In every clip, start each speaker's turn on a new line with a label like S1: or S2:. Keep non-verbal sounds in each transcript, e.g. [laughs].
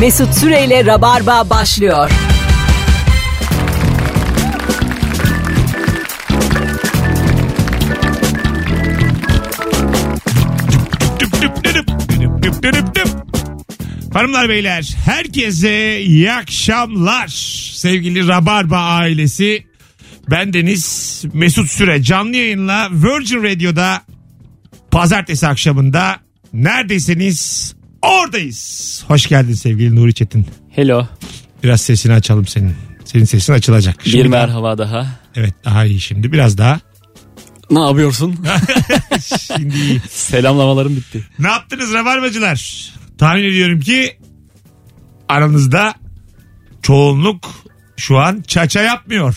S1: Mesut Süreyle Rabarba başlıyor.
S2: Düp düp düdüp, düdüp düp düdüp düp. Hanımlar beyler herkese iyi akşamlar sevgili Rabarba ailesi. Ben Deniz Mesut Süre canlı yayınla Virgin Radio'da pazartesi akşamında neredesiniz oradayız. Hoş geldin sevgili Nuri Çetin.
S3: Hello.
S2: Biraz sesini açalım senin. Senin sesin açılacak.
S3: Bir
S2: Şimdi-
S3: merhaba daha.
S2: Evet daha iyi şimdi biraz daha.
S3: Ne [laughs] yapıyorsun?
S2: Şimdi iyi.
S3: Selamlamalarım bitti.
S2: Ne yaptınız rabarbacılar? Tahmin ediyorum ki aranızda çoğunluk şu an çaça yapmıyor.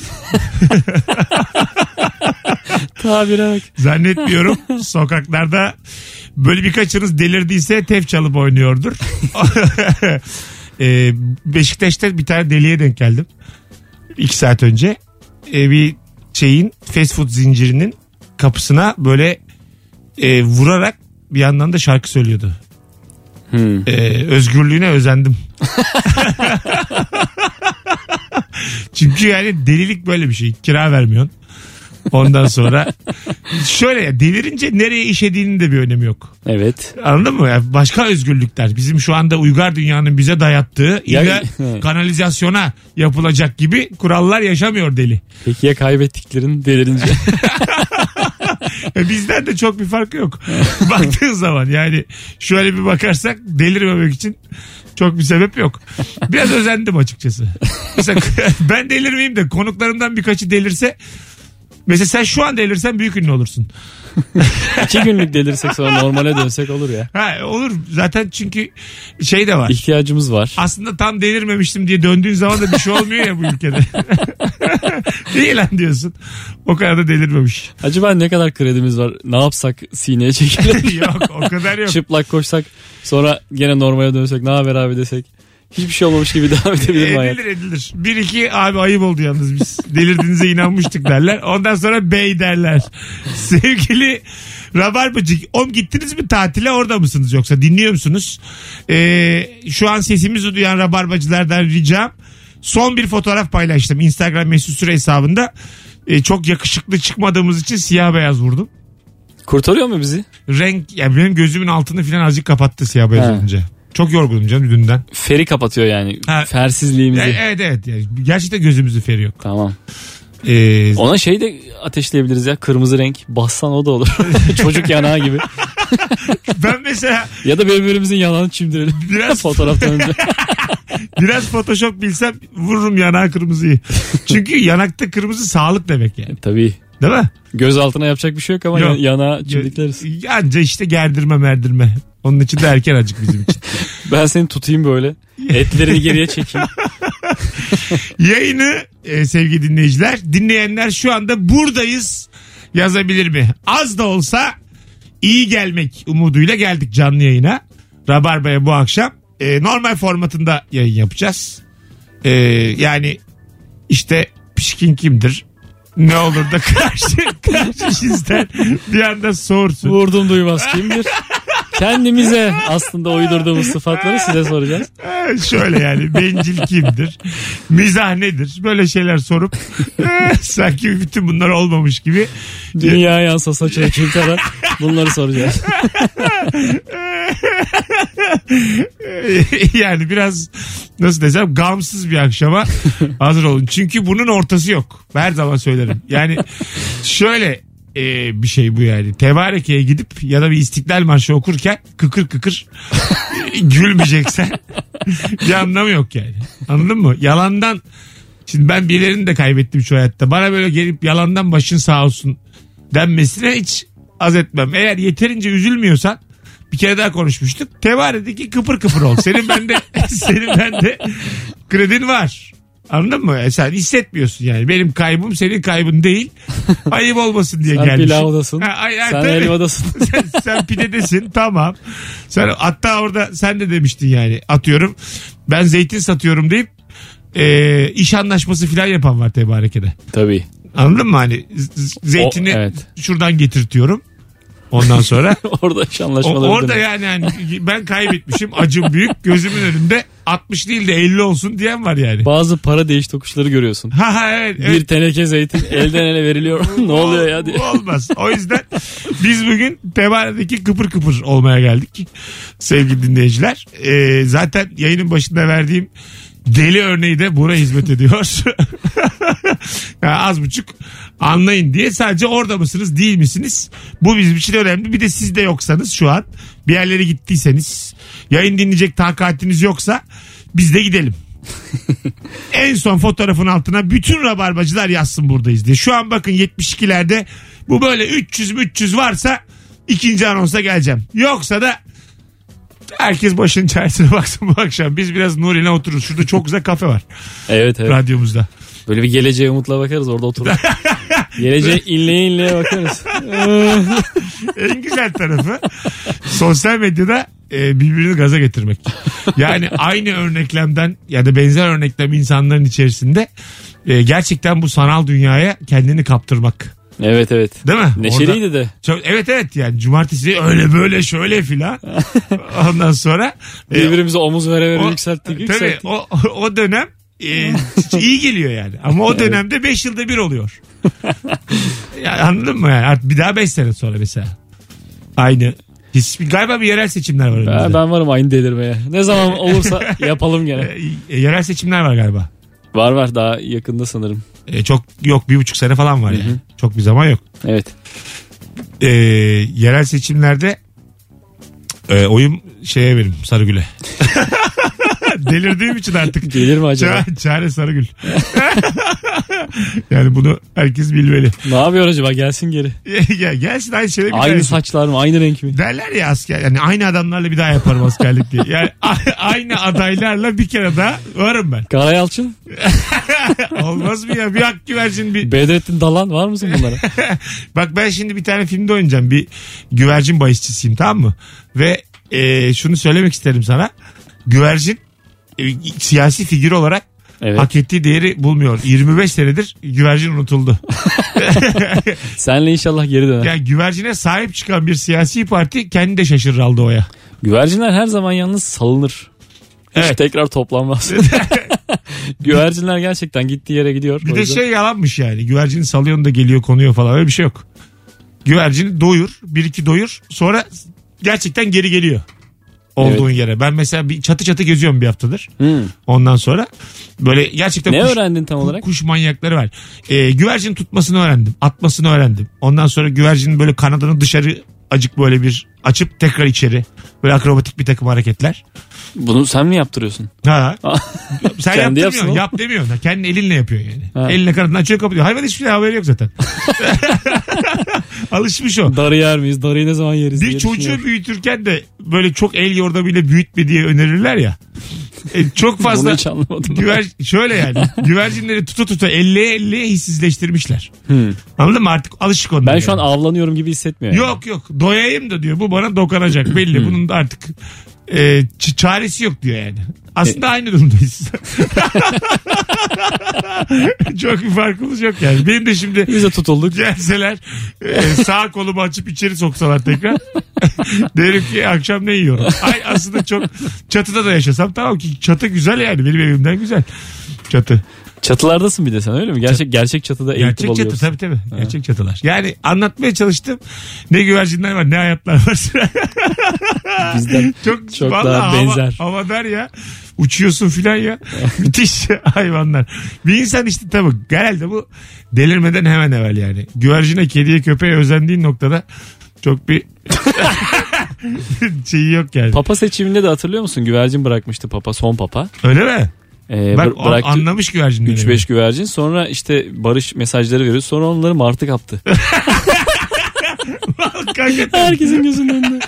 S3: Tabire bak.
S2: Zannetmiyorum sokaklarda böyle birkaçınız delirdiyse tef çalıp oynuyordur. [laughs] Ee, Beşiktaş'ta bir tane deliye denk geldim. İki saat önce. Ee, bir şeyin fast food zincirinin kapısına böyle e, vurarak bir yandan da şarkı söylüyordu.
S3: Hmm,
S2: Ee, özgürlüğüne özendim. Çünkü yani delilik böyle bir şey. Kira vermiyorsun. Ondan sonra şöyle ya, delirince nereye işediğinin de bir önemi yok.
S3: Evet.
S2: Anladın mı? ya başka özgürlükler. Bizim şu anda uygar dünyanın bize dayattığı
S3: Ya-
S2: illa kanalizasyona yapılacak gibi kurallar yaşamıyor deli.
S3: Peki ya kaybettiklerin delirince?
S2: E, Bizden de çok bir farkı yok. [laughs] Baktığın zaman yani şöyle bir bakarsak delirmemek için çok bir sebep yok. Biraz özendim açıkçası. Mesela [laughs] ben delirmeyeyim de konuklarımdan birkaçı delirse Mesela sen şu an delirsen büyük ünlü olursun.
S3: [laughs] İki günlük delirsek sonra normale dönsek olur ya.
S2: Ha, olur zaten çünkü şey de var.
S3: İhtiyacımız var.
S2: aslında tam delirmemiştim diye döndüğün zaman da bir şey olmuyor ya bu ülkede. [laughs] İyi lan diyorsun. O kadar da delirmemiş. [laughs]
S3: Acaba ne kadar kredimiz var? Ne yapsak sineye [laughs] çekelim?
S2: yok o kadar yok.
S3: Çıplak koşsak sonra gene normale dönsek ne haber abi desek. Hiçbir şey olmamış gibi devam edebilir [laughs] mi hayat?
S2: Edilir edilir. Bir iki abi ayıp oldu yalnız biz. Delirdiğinize inanmıştık derler. Ondan sonra bey derler. [laughs] Sevgili Rabarbacık om gittiniz mi tatile orada mısınız yoksa dinliyor musunuz? Ee, şu an sesimizi duyan Rabarbacılardan ricam. Son bir fotoğraf paylaştım Instagram mesut süre hesabında. Ee, çok yakışıklı çıkmadığımız için siyah beyaz vurdum.
S3: Kurtarıyor mu bizi?
S2: Renk yani benim gözümün altını falan azıcık kapattı siyah beyaz
S3: He.
S2: olunca. Çok yorgunum canım dünden.
S3: Feri kapatıyor yani.
S2: Ha.
S3: Fersizliğimizi.
S2: E- Evet evet. Yani gerçekten gözümüzü feri yok.
S3: Tamam.
S2: Ee,
S3: Ona şey de ateşleyebiliriz ya. Kırmızı renk. Bassan o da olur. [laughs] Çocuk yanağı gibi.
S2: ben mesela
S3: Ya da birbirimizin yanağını çimdirelim. [laughs]
S2: Biraz-
S3: Fotoğraftan
S2: [laughs]
S3: önce.
S2: biraz Photoshop bilsem vururum yanağa kırmızıyı. Çünkü yanakta kırmızı sağlık demek yani.
S3: Tabii.
S2: Değil mi?
S3: Göz altına yapacak bir şey yok ama
S2: Yok.
S3: yana yanağa çimdikleriz.
S2: Anca işte gerdirme merdirme. Onun için de erken acık bizim için.
S3: Ben seni tutayım böyle. Etlerini
S2: [laughs]
S3: geriye çekeyim.
S2: Yayını e, sevgili dinleyiciler dinleyenler şu anda buradayız yazabilir mi? Az da olsa iyi gelmek umuduyla geldik canlı yayına. Rabarba'ya bu akşam e, normal formatında yayın yapacağız. E, yani işte pişkin kimdir? Ne olur da [laughs] karşı, karşı cinsten bir anda soğursun.
S3: Vurdum duymaz kimdir? Kendimize aslında uydurduğumuz sıfatları size soracağız.
S2: E, Şöyle yani bencil kimdir? Mizah nedir? Böyle şeyler sorup e, sanki bütün bunlar olmamış gibi
S3: Dünya yansa saçına kim kadar
S2: [laughs]
S3: bunları soracağız.
S2: [laughs] yani biraz nasıl desem gamsız bir akşama hazır olun. Çünkü bunun ortası yok. Her zaman söylerim. Yani şöyle e, bir şey bu yani. Tebareke'ye gidip ya da bir İstiklal Marşı okurken kıkır kıkır gülmeyeceksen bir anlamı yok yani. Anladın mı? Yalandan Şimdi ben birilerini de kaybettim şu hayatta. Bana böyle gelip yalandan başın sağ olsun denmesine hiç az etmem. Eğer yeterince üzülmüyorsan bir kere daha konuşmuştuk. Tevaredeki kıpır kıpır ol. Senin bende [laughs] senin bende kredin var. Anladın mı? E sen hissetmiyorsun yani. Benim kaybım senin kaybın değil. Ayıp olmasın diye
S3: Sen
S2: gelmişim.
S3: pilavdasın.
S2: Ha, ay- ay,
S3: Sen
S2: tabii.
S3: helvadasın.
S2: sen, sen pidedesin tamam. Sen hatta orada sen de demiştin yani atıyorum ben zeytin satıyorum deyip e, iş anlaşması falan yapan var tebarekede.
S3: Tabii.
S2: Anladın mı hani z- z- zeytini
S3: O- evet.
S2: şuradan getirtiyorum. ondan
S3: [laughs]
S2: sonra.
S3: Orada iş
S2: O-
S3: anlaşmaları
S2: orada
S3: demek.
S2: yani hani ben kaybetmişim acım büyük gözümün önünde 60 değil de 50 olsun diyen var yani.
S3: Bazı para değiş tokuşları görüyorsun.
S2: Ha ha evet. evet.
S3: Bir
S2: [laughs]
S3: teneke zeytin elden ele veriliyor. [laughs] ne oluyor ya diye.
S2: Bu Olmaz. O yüzden biz bugün Temane'deki kıpır kıpır olmaya geldik. Sevgili dinleyiciler. Ee, zaten yayının başında verdiğim deli örneği de buna hizmet ediyor. [laughs] Yani az buçuk anlayın diye sadece orada mısınız değil misiniz? Bu bizim için önemli. Bir de siz de yoksanız şu an bir yerlere gittiyseniz yayın dinleyecek takatiniz yoksa biz de gidelim. en son fotoğrafın altına bütün rabarbacılar yazsın buradayız diye. Şu an bakın 72'lerde bu böyle 300-300 varsa ikinci anonsa geleceğim. Yoksa da herkes başının çaresine [laughs] baksın bu akşam. Biz biraz Nuri'yle otururuz. Şurada çok güzel kafe var
S3: Evet evet.
S2: radyomuzda. [laughs]
S3: Böyle bir geleceğe umutla bakarız orada otururuz. geleceğe inleye inleye bakarız.
S2: En güzel tarafı sosyal medyada e, birbirini gaza getirmek.
S3: [laughs]
S2: Yani aynı örneklemden ya da benzer örneklem insanların içerisinde e, gerçekten bu sanal dünyaya kendini kaptırmak.
S3: Evet evet.
S2: Değil mi? Orada-
S3: Neşeliydi de.
S2: Çok, evet evet yani cumartesi öyle böyle şöyle
S3: [laughs]
S2: filan. Ondan sonra e,
S3: Birbirimize omuz vere vere yükselttik
S2: tabii,
S3: yükselttik.
S2: o, o dönem e, iyi geliyor yani. Ama o dönemde 5 yılda bir oluyor. ya, anladın mı yani? Artık bir daha 5 sene sonra mesela. Aynı. His, galiba bir yerel seçimler var
S3: Ben,
S2: önümüzde.
S3: ben varım aynı delirmeye. Ne zaman
S2: [laughs]
S3: olursa yapalım gene.
S2: E, e, yerel seçimler var galiba.
S3: Var var daha yakında sanırım.
S2: E, çok yok bir buçuk sene falan var yani. Çok bir zaman yok.
S3: Evet.
S2: E, yerel seçimlerde e, oyum şeye verim Sarıgül'e. [laughs] Delirdiğim için artık.
S3: Gelir mi acaba?
S2: [laughs] Ça- çare Sarıgül. yani bunu herkes bilmeli. [laughs]
S3: ne yapıyor acaba gelsin geri.
S2: ya gelsin aynı şeyle bir şey-
S3: Aynı
S2: tanesi.
S3: saçlar mı aynı renk mi?
S2: Derler ya asker yani aynı adamlarla bir daha yaparım askerlik diye. Yani a- aynı adaylarla bir kere daha varım ben.
S3: Karayalçın,
S2: Olmaz mı ya? Bir hak güvercin bir.
S3: Bedrettin Dalan var mısın
S2: [laughs]
S3: bunlara?
S2: Bak ben şimdi bir tane filmde oynayacağım. Bir güvercin bahisçisiyim tamam mı? Ve e, şunu söylemek isterim sana. Güvercin e, siyasi figür olarak
S3: Evet.
S2: hak ettiği değeri bulmuyor. 25 senedir güvercin
S3: [laughs]
S2: unutuldu.
S3: Senle inşallah geri döner.
S2: Yani güvercine sahip çıkan bir siyasi parti kendi de şaşırır aldı oya.
S3: Güvercinler her zaman yalnız salınır. Hiç
S2: Evet.
S3: tekrar toplanmaz. [laughs] Güvercinler gerçekten gittiği yere gidiyor.
S2: Bir
S3: O
S2: de
S3: yüzden-
S2: şey yalanmış yani. Güvercini salıyorsun da geliyor konuyor falan öyle bir şey yok. Güvercini doyur. Bir iki doyur. Sonra gerçekten geri geliyor. Olduğun yere. Ben mesela bir çatı çatı geziyorum bir haftadır.
S3: Hmm.
S2: Ondan sonra böyle gerçekten
S3: Ne
S2: kuş,
S3: öğrendin tam
S2: ku-
S3: olarak?
S2: kuş manyakları var. Ee, güvercin tutmasını öğrendim. Atmasını öğrendim. Ondan sonra güvercinin böyle kanadını dışarı acık böyle bir açıp tekrar içeri. Böyle akrobatik bir takım hareketler.
S3: Bunu sen mi yaptırıyorsun? [laughs]
S2: Ha. Sen yap
S3: Kendi yapsın
S2: demiyorsun.
S3: oğlum.
S2: Yap demiyorsun. Ha, Kendi elinle yapıyor yani.
S3: Ha.
S2: Eline kanadını açıyor kapatıyor. Hayvan hiçbir şey haberi yok zaten. [laughs] Alışmış o.
S3: Darı yer miyiz? Darıyı ne zaman yeriz?
S2: Bir
S3: diye
S2: çocuğu
S3: düşünüyorum.
S2: büyütürken de böyle çok el yordamıyla büyütme diye önerirler ya. E, çok
S3: Bunu
S2: fazla
S3: hiç anlamadım.
S2: güver, şöyle yani güvercinleri tuta tuta elleye elleye hissizleştirmişler.
S3: Hmm.
S2: Anladın mı artık alışık onlar.
S3: Ben şu an
S2: yani.
S3: avlanıyorum gibi hissetmiyorum.
S2: Yok yok doyayım da diyor bu bana dokanacak belli bunun da artık e, ç- çaresi yok diyor yani. Aslında aynı durumdayız. [laughs] Çok bir farkımız yok yani. Benim de şimdi
S3: Biz de tutulduk.
S2: gelseler e, sağ kolumu açıp içeri soksalar tekrar [laughs] derim ki akşam ne yiyorum. Ay aslında çok çatıda da yaşasam tamam ki çatı güzel yani benim evimden güzel çatı.
S3: Çatılardasın bir de sen öyle mi? Gerçek gerçek çatıda eğitim
S2: Gerçek
S3: alıyorsun.
S2: çatı tabii tabii. Gerçek çatılar. Yani anlatmaya çalıştım. Ne güvercinler var ne hayatlar var.
S3: Bizden
S2: çok
S3: [laughs] Çok
S2: vallahi
S3: daha
S2: hava-
S3: benzer.
S2: Havadar ya. Uçuyorsun filan
S3: [laughs]
S2: ya. Müthiş hayvanlar. Bir insan işte tabii herhalde bu delirmeden hemen evvel yani. Güvercine, kediye, köpeğe özendiğin noktada çok bir [laughs] şeyi yok yani.
S3: Papa seçiminde de hatırlıyor musun? Güvercin bırakmıştı papa son papa.
S2: Öyle mi?
S3: Ee,
S2: Bak
S3: bır-
S2: an-
S3: bıraktı.
S2: anlamış güvercinleri. [laughs]
S3: 3-5 güvercin sonra işte barış mesajları veriyor sonra onları martı kaptı.
S2: Hakikaten.
S3: Herkesin gözünün önünde.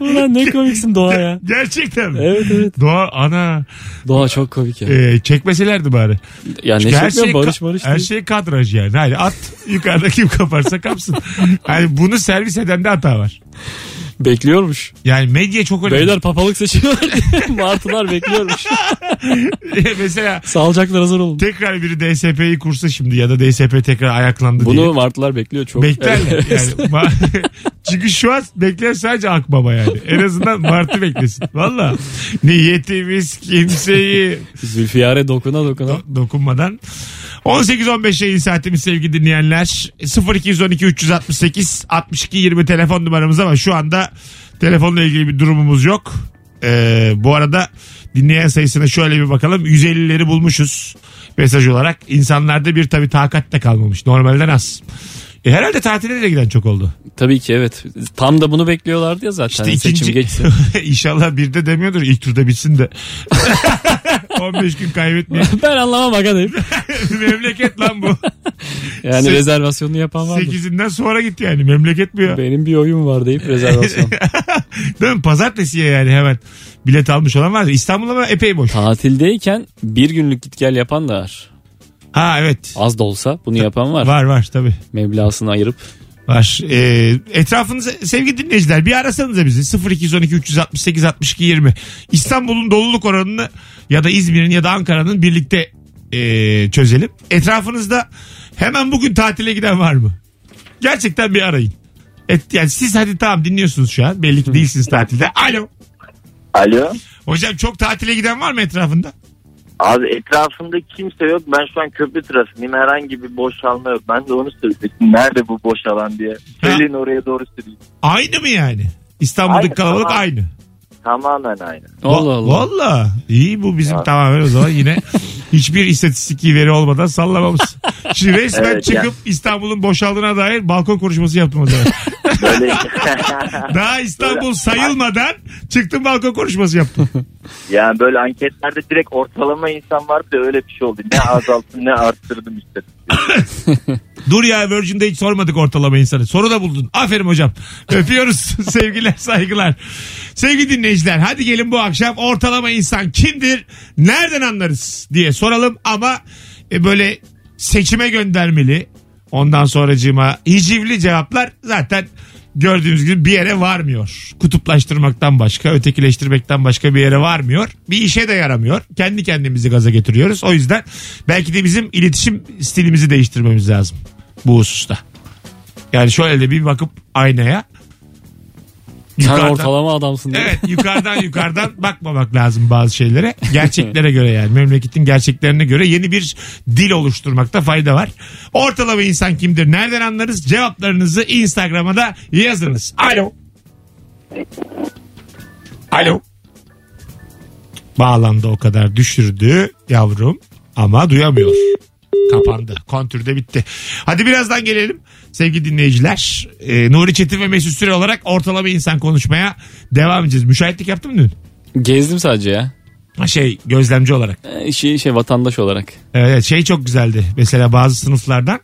S3: Ulan ne komiksin Doğa ya.
S2: Gerçekten mi?
S3: Evet evet.
S2: Doğa ana
S3: Doğa çok komik ya.
S2: e, çekmeselerdi bari.
S3: yani ne
S2: Çünkü her
S3: çekmiyor
S2: şey,
S3: barış
S2: ka-
S3: barış.
S2: her
S3: değil.
S2: şey kadraj yani.
S3: [laughs]
S2: Hani at yukarıda kim kaparsa kapsın. Hani bunu servis eden de hata var.
S3: Bekliyormuş.
S2: Yani medya çok önemli.
S3: Beyler papalık seçiyorlar. [laughs] Martılar bekliyormuş.
S2: [laughs] Mesela
S3: Sağlıcaklar hazır olun.
S2: tekrar biri DSP'yi kursa şimdi ya da DSP tekrar ayaklandı diye.
S3: Bunu martılar bekliyor çok.
S2: Beklerler yani. Ma- [laughs] Çünkü şu an bekleyen sadece Akbaba yani. En azından Mart'ı beklesin. Valla niyetimiz kimseyi
S3: [laughs] Zülfiyare dokuna dokuna.
S2: do- dokunmadan. 18-15 yayın saatimiz sevgili dinleyenler. 0212 368 62 20 telefon numaramız ama şu anda telefonla ilgili bir durumumuz yok. Ee, bu arada dinleyen sayısına şöyle bir bakalım. 150'leri bulmuşuz mesaj olarak. İnsanlarda bir tabii takat da kalmamış. Normalden az. E, herhalde tatile de giden çok oldu. [laughs]
S3: Tabii ki evet. Tam da bunu bekliyorlardı ya zaten. Seçim
S2: [laughs]
S3: geçsin.
S2: İnşallah bir de demiyordur ilk turda bitsin de. [laughs] 15 gün kaybetmeyin.
S3: ben anlamam aga deyip.
S2: [laughs] Memleket lan bu.
S3: Yani
S2: Sek-
S3: rezervasyonu yapan vardı.
S2: 8'inden sonra git yani memleket bu ya.
S3: Benim bir oyun var
S2: [laughs]
S3: deyip rezervasyon.
S2: Değil mi? Pazartesiye yani hemen bilet almış olan var. İstanbul ama epey boş.
S3: Tatildeyken bir günlük git gel yapan da var.
S2: Ha evet.
S3: Az da olsa bunu yapan var.
S2: Var var tabii.
S3: Meblasını ayırıp.
S2: Var. Ee, etrafınıza sevgili dinleyiciler bir arasanıza bizi 0212 368 62 20. İstanbul'un doluluk oranını ya da İzmir'in ya da Ankara'nın birlikte ee, çözelim. Etrafınızda hemen bugün tatile giden var mı? Gerçekten bir arayın. Et, yani siz hadi tamam dinliyorsunuz şu an. Belli ki değilsiniz tatilde. Alo.
S4: Alo.
S2: Hocam çok tatile giden var mı etrafında?
S4: Abi etrafımda kimse yok. Ben şu an köprü trafiğindeyim. Herhangi bir boşalma yok. Ben de onu söyleyecektim. Nerede bu boş alan diye. Söyleyin oraya doğru süreyim.
S2: Aynı mı yani? İstanbul'daki
S4: Aynı,
S2: kalabalık
S4: tamam.
S2: aynı.
S4: Tamamen aynı.
S3: Allah
S2: Va-
S3: Allah.
S2: Valla. İyi bu bizim
S4: Ya.
S2: tamamen o zaman
S4: [laughs]
S2: yine hiçbir istatistiki veri olmadan sallamamız. Şimdi resmen
S4: Evet,
S2: çıkıp
S4: ya.
S2: İstanbul'un boşaldığına dair balkon konuşması yaptım o zaman.
S4: Böyle [laughs]
S2: Daha İstanbul sayılmadan çıktım balkon konuşması yaptım.
S4: yani böyle anketlerde direkt ortalama insan var da öyle bir şey oldu. Ne azalttım ne arttırdım işte.
S2: Dur ya Virgin'de hiç sormadık ortalama insanı. Soru da buldun. Aferin hocam. Öpüyoruz. [laughs] Sevgiler saygılar. Sevgili dinleyiciler hadi gelin bu akşam ortalama insan kimdir? Nereden anlarız diye soralım ama e, böyle seçime göndermeli. Ondan sonracığıma hicivli cevaplar zaten gördüğünüz gibi bir yere varmıyor. Kutuplaştırmaktan başka, ötekileştirmekten başka bir yere varmıyor. Bir işe de yaramıyor. Kendi kendimizi gaza getiriyoruz. O yüzden belki de bizim iletişim stilimizi değiştirmemiz lazım bu hususta. Yani şöyle de bir bakıp aynaya.
S3: Sen
S2: yukarıdan-
S3: ortalama adamsın diye. [laughs]
S2: Evet yukarıdan yukarıdan bakmamak lazım bazı şeylere. Gerçeklere göre yani memleketin gerçeklerine göre yeni bir dil oluşturmakta fayda var. Ortalama insan kimdir? Nereden anlarız? Cevaplarınızı Instagram'a da yazınız. Alo. Alo. Bağlandı o kadar düşürdü yavrum ama duyamıyor. Kapandı. Kontürde bitti. Hadi birazdan gelelim sevgili dinleyiciler. Ee, Nuri Çetin ve Mesut Süre olarak ortalama insan konuşmaya devam edeceğiz. Müşahitlik yaptın mı dün?
S3: Gezdim sadece ya.
S2: Ha, Şey gözlemci olarak.
S3: Ee, Şey, şey vatandaş olarak.
S2: Evet, şey çok güzeldi. Mesela bazı sınıflardan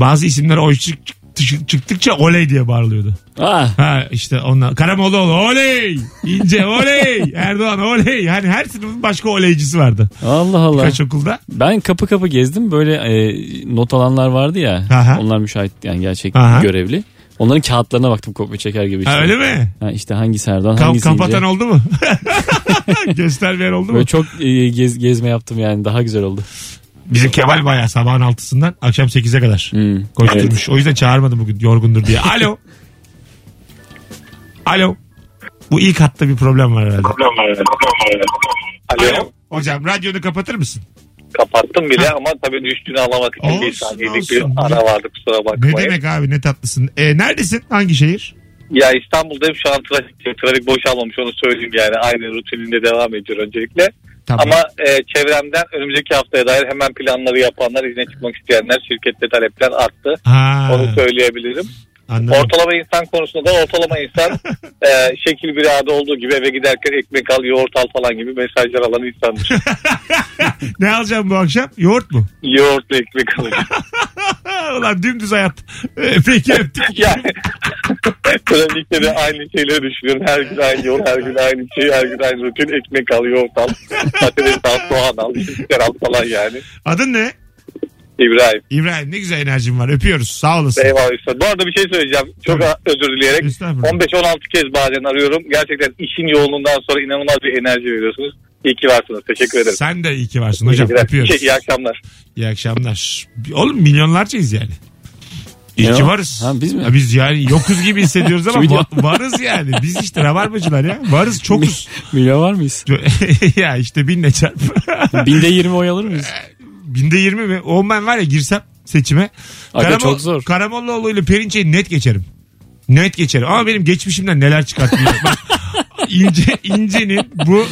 S2: bazı isimler oy çık- çık- çık- çıktıkça oley diye bağırılıyordu.
S3: Ah
S2: Ha işte onlar. Karamoğluoğlu oley. İnce oley. Erdoğan oley. Yani her sınıfın başka oleycisi vardı.
S3: Allah Allah.
S2: Kaç okulda?
S3: Ben kapı kapı gezdim. Böyle e, not alanlar vardı ya.
S2: Aha.
S3: Onlar müşahit yani gerçek
S2: Aha.
S3: görevli. Onların kağıtlarına baktım kopya çeker gibi. işte.
S2: Ha, öyle mi?
S3: Ha, işte hangisi Erdoğan
S2: Ka-
S3: hangisi İnce.
S2: kapatan oldu mu? [laughs] Göstermeyen oldu mu?
S3: Böyle çok e, gez, gezme yaptım yani daha güzel oldu.
S2: Bizim Kemal bayağı sabahın altısından akşam 8'e kadar
S3: Hmm.
S2: koşturmuş. O yüzden çağırmadım bugün yorgundur diye. Alo. Alo. Bu ilk hatta bir problem var herhalde.
S5: Alo.
S2: Hocam radyonu kapatır mısın?
S5: Kapattım bile ama tabii düştüğünü alamak için bir
S2: Olsun,
S5: saniyelik bir
S2: olsun.
S5: ara vardı kusura
S2: Ne
S5: bakmayın.
S2: demek abi ne tatlısın. E, neredesin? Hangi şehir?
S5: Ya İstanbul'dayım şu an trafik, trafik boşalmamış onu söyleyeyim yani aynı rutininde devam ediyor öncelikle.
S2: Tamam.
S5: Ama e, çevremden önümüzdeki haftaya dair hemen planları yapanlar, izne çıkmak isteyenler, şirkette talepler arttı.
S2: ha,
S5: Onu söyleyebilirim.
S2: anladım.
S5: Ortalama insan konusunda da ortalama insan e, şekil bir adı olduğu gibi eve giderken ekmek al, yoğurt al falan gibi mesajlar alan insandır.
S2: Ne alacağım bu akşam? Yoğurt mu? [laughs]
S5: Yoğurtla ekmek alacağım.
S2: Ha, Ulan dümdüz hayat. [laughs] E, Peki öptük.
S5: Yani [laughs] trafikte de aynı şeyleri düşünüyorum. Her gün aynı yol, her gün aynı şey, her gün aynı rutin. Ekmek al, yoğurt al, patates al, soğan al, şeker al falan yani.
S2: Adın ne?
S5: İbrahim.
S2: İbrahim ne güzel enerjin var. Öpüyoruz. Sağ olasın.
S5: Eyvallah üstad. Bu arada bir şey söyleyeceğim. Çok
S2: Tabii.
S5: a- özür dileyerek.
S2: Estağfurullah.
S5: 15-16 kez bazen arıyorum. Gerçekten işin yoğunluğundan sonra inanılmaz bir enerji veriyorsunuz. İyi ki varsınız. Teşekkür ederim.
S2: Sen de iyi ki varsın hocam.
S5: İyi geceler.
S2: Öpüyoruz.
S5: Şey, iyi akşamlar.
S2: İyi akşamlar. Oğlum milyonlarcayız yani. İyi
S3: Ya.
S2: ki varız.
S3: Ha, biz mi?
S2: Ha, biz yani yokuz gibi hissediyoruz ama
S3: [laughs] Kim diyor?
S2: va- varız yani. Biz işte rabarbacılar ya. Varız çokuz. [laughs]
S3: [laughs] Milyon var mıyız?
S2: ya işte binle çarp. [laughs]
S3: Binde 20 oy alır mıyız?
S2: Binde yirmi mi? On ben var ya girsem seçime.
S3: Aga, çok zor.
S2: Karamollaoğlu ile Perinçe'yi net geçerim. Net geçerim. Ama benim geçmişimden neler çıkartmıyor. [laughs] Bak, İnce, İnce'nin bu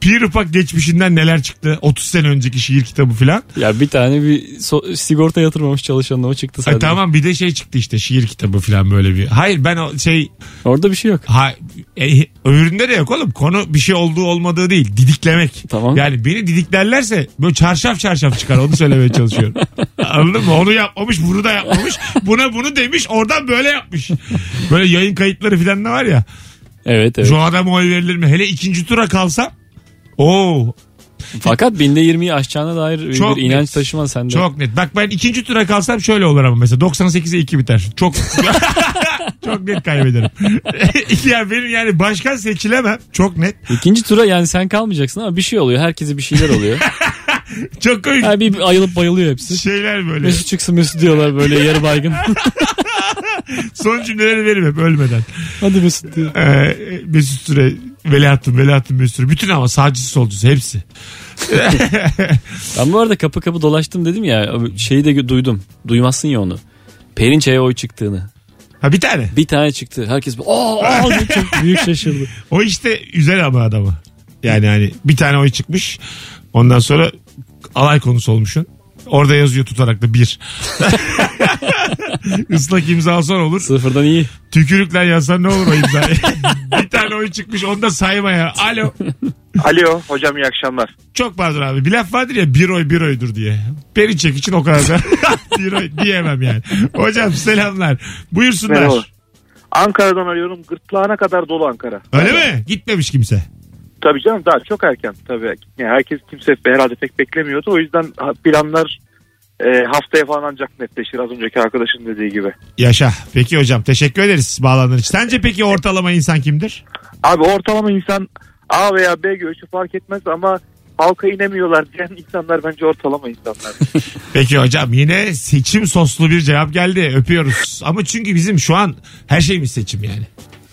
S2: pir ufak geçmişinden neler çıktı. 30 sene önceki şiir kitabı filan.
S3: Ya bir tane bir so- sigorta yatırmamış çalışanına o çıktı
S2: Ay,
S3: sadece.
S2: tamam bir de şey çıktı işte şiir kitabı filan böyle bir. Hayır ben o şey
S3: Orada bir şey yok.
S2: ha, e, öbüründe de yok oğlum. Konu bir şey olduğu olmadığı değil. Didiklemek.
S3: Tamam.
S2: Yani beni didiklerlerse böyle çarşaf çarşaf çıkar onu söylemeye
S3: [laughs]
S2: çalışıyorum. Anladın mı? Onu yapmamış bunu da yapmamış. Buna bunu demiş oradan böyle yapmış. Böyle yayın kayıtları filan da var ya.
S3: Evet evet.
S2: Şu adama oy verilir mi? Hele ikinci tura kalsam. Oo
S3: Fakat binde 20'yi aşacağına dair
S2: Çok
S3: bir inanç
S2: net.
S3: taşıman sende.
S2: Çok net. Bak ben ikinci tura kalsam şöyle olur ama mesela 98'e 2 biter. Çok [laughs] çok net kaybederim. [laughs] ya benim yani başkan seçilemem. Çok net.
S3: İkinci tura yani sen kalmayacaksın ama bir şey oluyor. Herkese bir şeyler oluyor.
S2: [laughs] Çok komik
S3: ha, bir ayılıp bayılıyor hepsi.
S2: şeyler böyle.
S3: Mesut çıksın Mesut diyorlar böyle
S2: [laughs]
S3: yarı baygın.
S2: Son cümleleri verim hep ölmeden.
S3: Hadi Mesut diyor.
S2: Ee, Mesut Süre, Veliahtım, Veliahtım Mesut Süre. Bütün ama sağcısı solcusu hepsi.
S3: Ben bu arada kapı kapı dolaştım dedim ya şeyi de gö- duydum. Duymazsın ya onu. Perinçe'ye oy çıktığını.
S2: Ha bir tane.
S3: Bir tane çıktı. Herkes bir
S2: [laughs]
S3: aa, aa diye çok büyük şaşırdı.
S2: O işte üzer ama adamı. Yani hani bir tane oy çıkmış. Ondan sonra alay konusu olmuşsun. Orada yazıyor tutarak da bir. [laughs] Islak imza alsan olur.
S3: Sıfırdan iyi.
S2: Tükürükler yazsan ne olur o imzayı. [laughs] bir tane oy çıkmış onu da sayma ya. Alo.
S4: Alo hocam iyi akşamlar.
S2: Çok pardon abi. Bir laf vardır ya bir oy bir oydur diye. Perinçek için o kadar da [laughs] bir oy diyemem yani. Hocam selamlar. Buyursunlar.
S4: Merhabalar. Ankara'dan arıyorum. Gırtlağına kadar dolu Ankara.
S2: Öyle mi? Gitmemiş kimse.
S4: Tabii canım daha çok erken tabii. Yani herkes kimse herhalde pek beklemiyordu. O yüzden ha- planlar e, haftaya falan ancak netleşir az önceki arkadaşın dediği gibi.
S2: Yaşa. Peki hocam teşekkür ederiz bağlandığın için. Sence peki ortalama insan kimdir?
S4: Abi ortalama insan A veya B görüşü fark etmez ama halka inemiyorlar diyen insanlar bence ortalama insanlar.
S5: [laughs]
S2: Peki hocam yine seçim soslu bir cevap geldi. Öpüyoruz. Ama çünkü bizim şu an her şeyimiz seçim yani.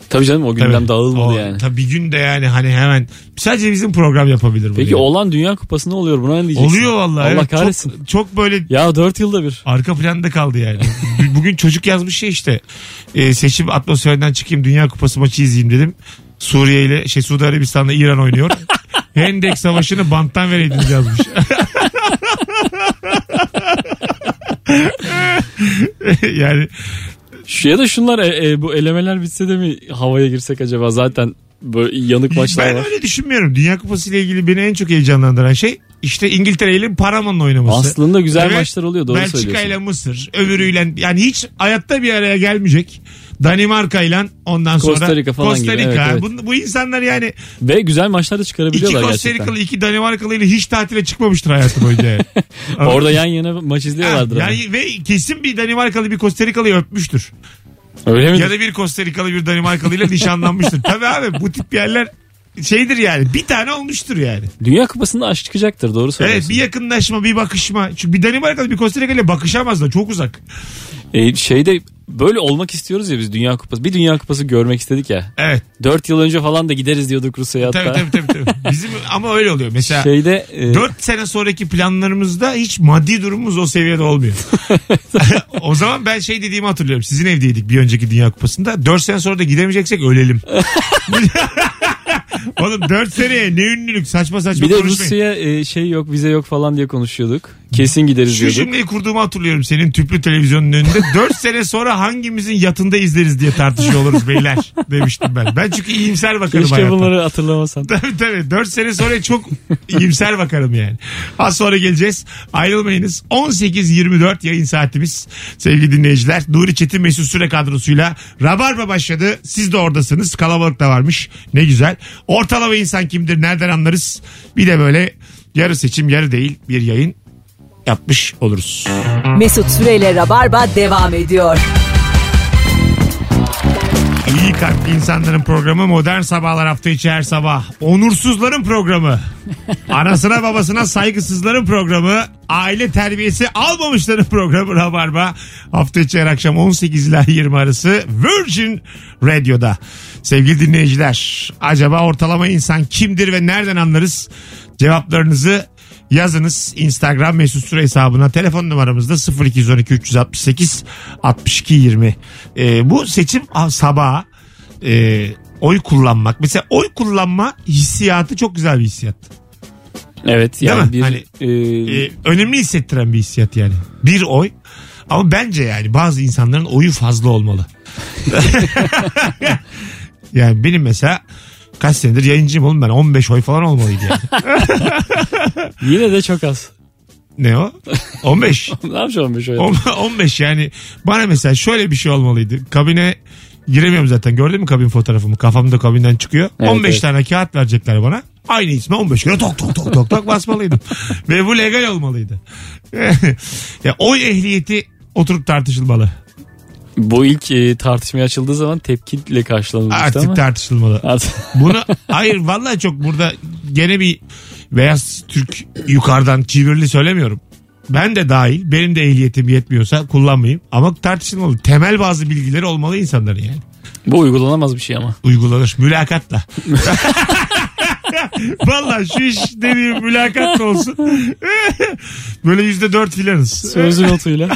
S3: Tabii canım o gündem
S2: Tabii.
S3: dağılmadı
S2: O-
S3: yani.
S2: Tabii bir gün de yani hani hemen sadece bizim program yapabilir bunu.
S3: Peki
S2: yani.
S3: olan Dünya Kupası ne oluyor? Buna ne diyeceksin?
S2: oluyor vallahi.
S3: Allah
S2: evet. Çok-
S3: kahretsin.
S2: Çok, böyle
S3: Ya dört yılda bir.
S2: arka planda kaldı yani. [laughs] B- Bugün çocuk yazmış ya işte e, seçim atmosferinden çıkayım Dünya Kupası maçı izleyeyim dedim. Suriye ile şey Suudi Arabistan'la İran oynuyor. Hendek Savaşı'nı banttan vereydiniz yazmış. [laughs] yani
S3: Şu ya da şunlar e, e, bu elemeler bitse de mi havaya girsek acaba? Zaten böyle yanık maçlar
S2: ben
S3: var.
S2: öyle düşünmüyorum. Dünya Kupası ile ilgili beni en çok heyecanlandıran şey işte İngiltere ile Paraman'ın oynaması.
S3: Aslında güzel
S2: Evet.
S3: maçlar oluyor doğru
S2: Belçika ile
S3: söylüyorsun.
S2: Mısır, öbürüyle yani hiç hayatta bir araya gelmeyecek. Danimarka ile ondan sonra
S3: Costa Rica falan
S2: Costa
S3: gibi,
S2: Rica.
S3: evet, evet.
S2: Bu, bu insanlar yani
S3: Ve güzel maçlar da
S2: iki
S3: çıkarabiliyorlar
S2: Costa
S3: gerçekten.
S2: Rica'lı iki Danimarkalı ile hiç tatile çıkmamıştır hayatı boyunca.
S3: [laughs]
S2: yani. Anladın
S3: Orada hani.
S2: mı?
S3: yan yana maç izliyorlardır. ama.
S2: yani ve kesin bir Danimarkalı bir Costa Rica'lıyı öpmüştür.
S3: Öyle mi?
S2: Ya da bir Costa Rica'lı bir Danimarkalı ile nişanlanmıştır. Tabii abi bu tip yerler şeydir yani. Bir tane olmuştur yani.
S3: Dünya Kupası'nda aşk çıkacaktır doğru
S2: Evet
S3: söylüyorsun.
S2: bir yakınlaşma, bir bakışma. Çünkü bir Danimarkalı bir Costa Rica'lı bakışamazlar. Çok uzak.
S3: E, şeyde böyle olmak istiyoruz ya biz Dünya Kupası. Bir Dünya Kupası görmek istedik ya.
S2: Evet.
S3: 4 yıl önce falan da gideriz diyorduk Rusya'ya hatta.
S2: Tabii tabii tabii.
S3: [laughs]
S2: tabii. Bizim ama öyle oluyor. Mesela
S3: Şeyde e,
S2: 4 sene sonraki planlarımızda hiç maddi durumumuz o seviyede
S3: [laughs]
S2: olmuyor. [laughs] o zaman ben şey dediğimi hatırlıyorum. Sizin evdeydik bir önceki Dünya Kupası'nda. 4 sene sonra da gidemeyeceksek
S3: [laughs]
S2: ölelim. [laughs] Oğlum 4 seneye ne ünlülük saçma saçma
S3: bir de
S2: konuşmayın.
S3: Rusya'ya e, şey yok vize yok falan diye konuşuyorduk. Kesin gideriz
S2: Şu
S3: diyorduk.
S2: cümleyi kurduğumu hatırlıyorum senin tüplü televizyonun
S3: [laughs]
S2: önünde. 4 sene sonra hangimizin yatında izleriz diye tartışıyor oluruz beyler demiştim ben. Ben çünkü iyimser bakarım
S3: Keşke
S2: hayata.
S3: bunları hatırlamasan.
S2: Tabii tabii. 4 sene sonra çok iyimser bakarım yani. Az sonra geleceğiz. Ayrılmayınız. 18.24 yayın saatimiz sevgili dinleyiciler. Nuri Çetin Mesut Süre kadrosuyla Rabarba başladı. Siz de oradasınız. Kalabalık da varmış. Ne güzel. Ortalama insan kimdir? Nereden anlarız? Bir de böyle yarı seçim yarı değil bir yayın. yapmış oluruz.
S1: Mesut Süreyle Rabarba devam ediyor.
S2: İyi kalpli insanların programı modern sabahlar hafta içi her sabah. Onursuzların programı. Anasına babasına saygısızların programı. Aile terbiyesi almamışların programı Rabarba. Hafta içi her akşam 18 ile 20 arası Virgin Radio'da. Sevgili dinleyiciler acaba ortalama insan kimdir ve nereden anlarız? Cevaplarınızı yazınız Instagram mesut süre hesabına telefon numaramızda 0212 368 62 20 Ee, bu seçim ah, sabahı e, oy kullanmak mesela oy kullanma hissiyatı çok güzel bir hissiyat
S3: Evet
S2: Değil
S3: yani
S2: mi?
S3: bir
S2: Hani,
S3: e,
S2: Ee, önemli hissettiren bir hissiyat yani bir oy ama bence yani bazı insanların oyu fazla olmalı yani benim mesela kaç senedir yayıncıyım oğlum ben 15 oy falan olmalıydı yani.
S3: yine de çok az.
S2: ne o 15
S3: [laughs] ne yapacağım bir şey?
S2: On- [laughs] 15 yani bana mesela şöyle bir şey olmalıydı. Kabine giremiyorum zaten. Gördün mü kabin fotoğrafımı? Kafamda kabinden çıkıyor.
S3: Evet,
S2: 15
S3: evet.
S2: tane kağıt verecekler bana. Aynı isme 15 kere tok tok tok tok tok
S3: [laughs]
S2: basmalıydım. Ve bu legal olmalıydı. [laughs] ya oy ehliyeti oturup tartışılmalı.
S3: Bu ilk e, tartışmaya açıldığı zaman tepkiyle karşılanmıştı
S2: Artık
S3: ama.
S2: tartışılmalı.
S3: Artık- [laughs]
S2: Bunu hayır vallahi çok burada gene bir beyaz Türk yukarıdan çivirli söylemiyorum. Ben de dahil benim de ehliyetim yetmiyorsa kullanmayayım. Ama tartışılmalı. Temel bazı bilgileri olmalı insanların yani.
S3: bu uygulanamaz bir şey ama.
S2: Uygulanır mülakatla. [laughs] Valla şu iş dediğim mülakatla olsun. [laughs] Böyle yüzde dört filanız.
S3: [laughs] [laughs] Sözlü notuyla.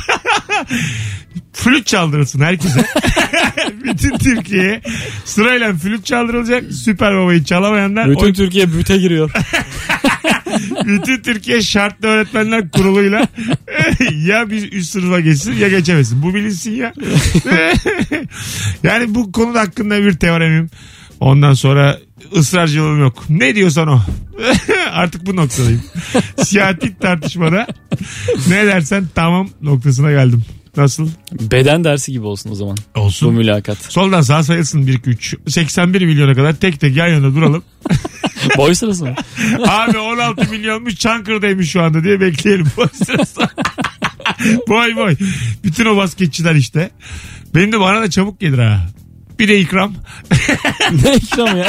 S2: Flüt çaldırırsın herkese. [laughs] Bütün Türkiye'ye sırayla flüt çaldırılacak. Süper babayı çalamayanlar
S3: Bütün Türkiye büte giriyor.
S2: Bütün Türkiye şartlı öğretmenler kuruluyla [laughs] ya biz üst sınıfa geçsin ya geçemesin. Bu bilinsin ya. [laughs] yani bu konuda hakkında bir teoremim. Ondan sonra ısrarcılığım yok. Ne diyorsan o. [laughs] Artık bu noktadayım. Siyasi tartışmada ne dersen tamam noktasına geldim. Nasıl?
S3: Beden dersi gibi olsun o zaman. Bu
S2: Olsun.
S3: [laughs] mülakat.
S2: Soldan sağa sayılsın 1-2-3. 81 milyona kadar tek tek yan yana duralım.
S3: Boy sırası mı?
S2: Abi 16 milyonmuş Çankırı'daymış şu anda diye bekleyelim. [laughs] Boy sırası. boy boy. Bütün o basketçiler işte. Benim de bana da çabuk gelir ha. Bir de ikram.
S3: [laughs]
S2: [laughs]
S3: ne ikram ya?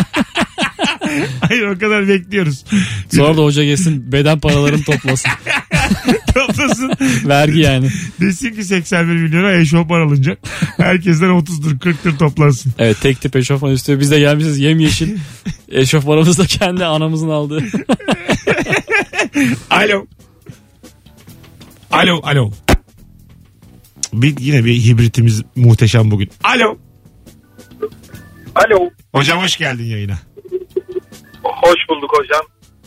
S2: Hayır o kadar bekliyoruz. [laughs]
S3: Sonra da hoca gelsin beden paralarını [laughs] toplasın.
S2: Toplasın.
S3: Vergi yani.
S2: Desin ki 81 milyona eşofman alınacak. Herkesten 30'dur 40'tır toplansın.
S3: Evet tek tip eşofman istiyor. Biz de gelmişiz [laughs] yemyeşil. Eşofmanımız da kendi anamızın aldığı.
S2: Alo. Alo alo. Bir, yine bir hibritimiz muhteşem bugün. Alo.
S5: Alo.
S2: Hocam hoş geldin yayına.
S5: Hoş bulduk hocam.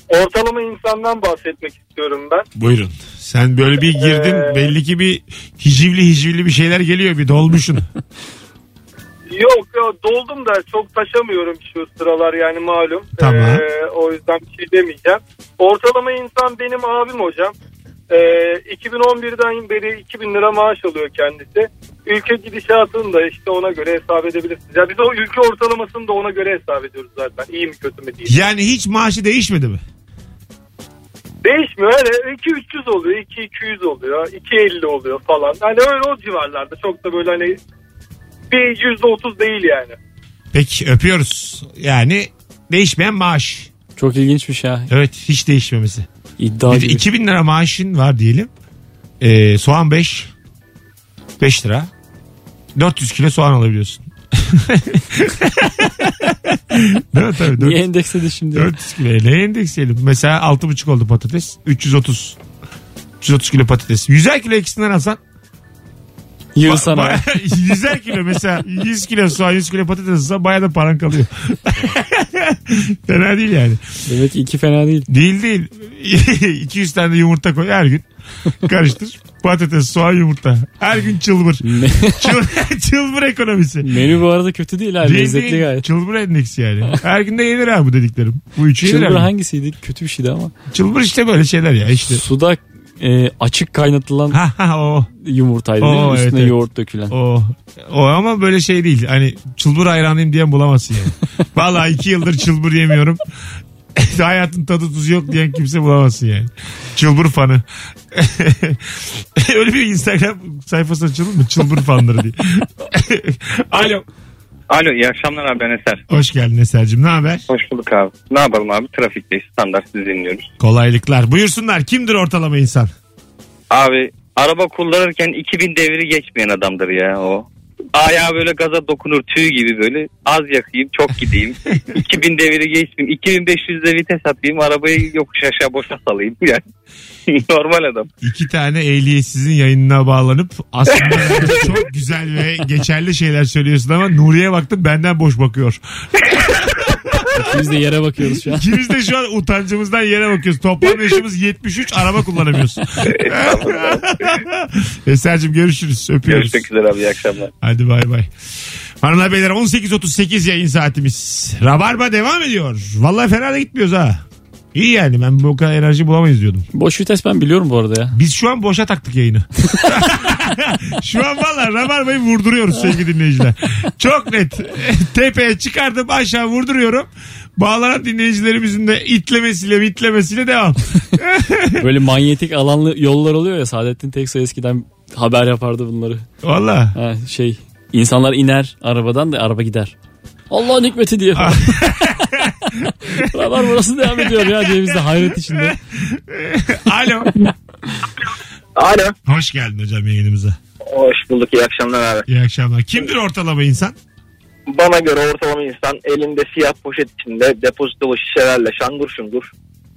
S5: Ortalama insandan bahsetmek istiyorum ben.
S2: Buyurun. Sen böyle bir girdin
S5: Ee,
S2: belli ki bir hicivli hicivli bir şeyler geliyor bir dolmuşun.
S5: Yok ya doldum da çok taşamıyorum şu sıralar yani malum.
S2: Tamam.
S5: Ee, o yüzden bir şey demeyeceğim. Ortalama insan benim abim hocam. Ee, 2011'den beri 2000 lira maaş alıyor kendisi. Ülke gidişatını da işte ona göre hesap edebilirsiniz. Ya biz o ülke ortalamasını da ona göre hesap ediyoruz zaten. İyi mi kötü mü diye.
S2: Yani hiç maaşı değişmedi mi?
S5: Değişmiyor öyle 2-300 oluyor, 2-200 oluyor, 2-50 oluyor falan. Hani öyle o civarlarda çok da böyle hani bir %30 değil yani.
S2: Peki öpüyoruz. Yani değişmeyen maaş.
S3: Çok ilginçmiş ya.
S2: Evet hiç değişmemesi.
S3: İddia
S2: Bir de
S3: gibi.
S2: 2000 lira maaşın var diyelim. Ee, soğan 5. 5 lira. 400 kilo soğan alabiliyorsun. [laughs] Değil mi? Tabii,
S3: Niye
S2: 400,
S3: endeksledi şimdi?
S2: 400 kilo. Ne endeksleyelim? Mesela 6,5 oldu patates. 330. 330 kilo patates. 100'er kilo ikisinden alsan
S3: Yıl sana.
S2: [laughs] 100'er kilo mesela 100 kilo soğan 100 kilo patates olsa baya da paran kalıyor. [laughs] Fena değil yani.
S3: Demek ki iki fena değil.
S2: Değil değil. [laughs] 200 tane de yumurta koy her gün. Karıştır. Patates, soğan, yumurta. Her gün çılbır. Çıl- [laughs] çılbır ekonomisi.
S3: Menü bu arada kötü değil ha.
S2: Değil,
S3: Lezzetli
S2: değil.
S3: gayet.
S2: Çılbır endeksi yani. Her gün de yenir ha bu dediklerim. Bu üçü yenir
S3: Çılbır
S2: abi.
S3: hangisiydi? Kötü bir şeydi ama.
S2: Çılbır işte böyle şeyler ya işte.
S3: Suda e, açık kaynatılan
S2: Ha ha o.
S3: yumurtaydı değil mi?
S2: Oo, evet,
S3: Üstüne
S2: evet.
S3: yoğurt
S2: [laughs]
S3: dökülen.
S2: O, o ama böyle şey değil. Hani çılbır hayranıyım diyen bulamazsın yani. Vallahi iki yıldır çılbır yemiyorum. [laughs] Hayatın tadı tuzu yok diyen kimse bulamazsın yani. Çılbır fanı. [laughs] Öyle bir Instagram sayfası açılır mı? Çılbır fanları diye. Alo.
S6: Alo iyi akşamlar abi ben Eser.
S2: Hoş geldin Eser'cim. Ne haber?
S6: Hoş bulduk abi. Ne yapalım abi trafikteyiz standart sizi dinliyoruz.
S2: Kolaylıklar. Buyursunlar. Kimdir ortalama insan?
S6: Abi araba kullanırken 2000 devri geçmeyen adamdır ya o. Ayağı böyle gaza dokunur tüy gibi böyle az yakayım
S2: [laughs]
S6: çok gideyim. 2000 devri geçmeyeyim 2500'de vites atayım arabayı yokuş aşağı boşa
S5: [laughs]
S6: salayım yani. Normal adam.
S2: İki tane ehliyetsizin yayınına bağlanıp aslında çok güzel ve geçerli şeyler söylüyorsun ama Nuriye baktım benden boş bakıyor.
S3: Biz de yere bakıyoruz şu an.
S2: İkimiz de şu an utancımızdan yere bakıyoruz. Toplam yaşımız 73 araba kullanamıyoruz. [laughs] Eser'cim görüşürüz. Öpüyoruz.
S6: Görüşmek üzere abi iyi akşamlar.
S2: Hadi bay bay. Hanımlar beyler 18.38 yayın saatimiz. Rabarba devam ediyor. Vallahi fena da gitmiyoruz ha. İyi yani ben bu kadar enerji bulamayız diyordum.
S3: [laughs] Boş vites ben biliyorum bu arada ya.
S2: Biz şu an boşa taktık yayını. [laughs] şu an valla Rabarba'yı vurduruyoruz sevgili dinleyiciler. Çok net. [laughs] Tepeye çıkardım aşağı vurduruyorum. Bağlanan dinleyicilerimizin de itlemesiyle bitlemesiyle devam.
S3: Böyle manyetik alanlı yollar oluyor ya. Saadettin Teksoy eskiden haber yapardı bunları.
S2: Valla.
S3: Ha, şey insanlar iner arabadan da araba gider. Allah'ın hikmeti diye.
S2: Ah.
S3: [laughs] Rabar burası devam ediyor ya diye biz de hayret içinde.
S2: Alo.
S6: Alo.
S2: Hoş geldin hocam yayınımıza.
S6: Hoş bulduk iyi akşamlar abi.
S2: İyi akşamlar. Kimdir ortalama insan? [laughs]
S6: Bana göre ortalama insan elinde siyah poşet içinde depozitolu şişelerle şangur şungur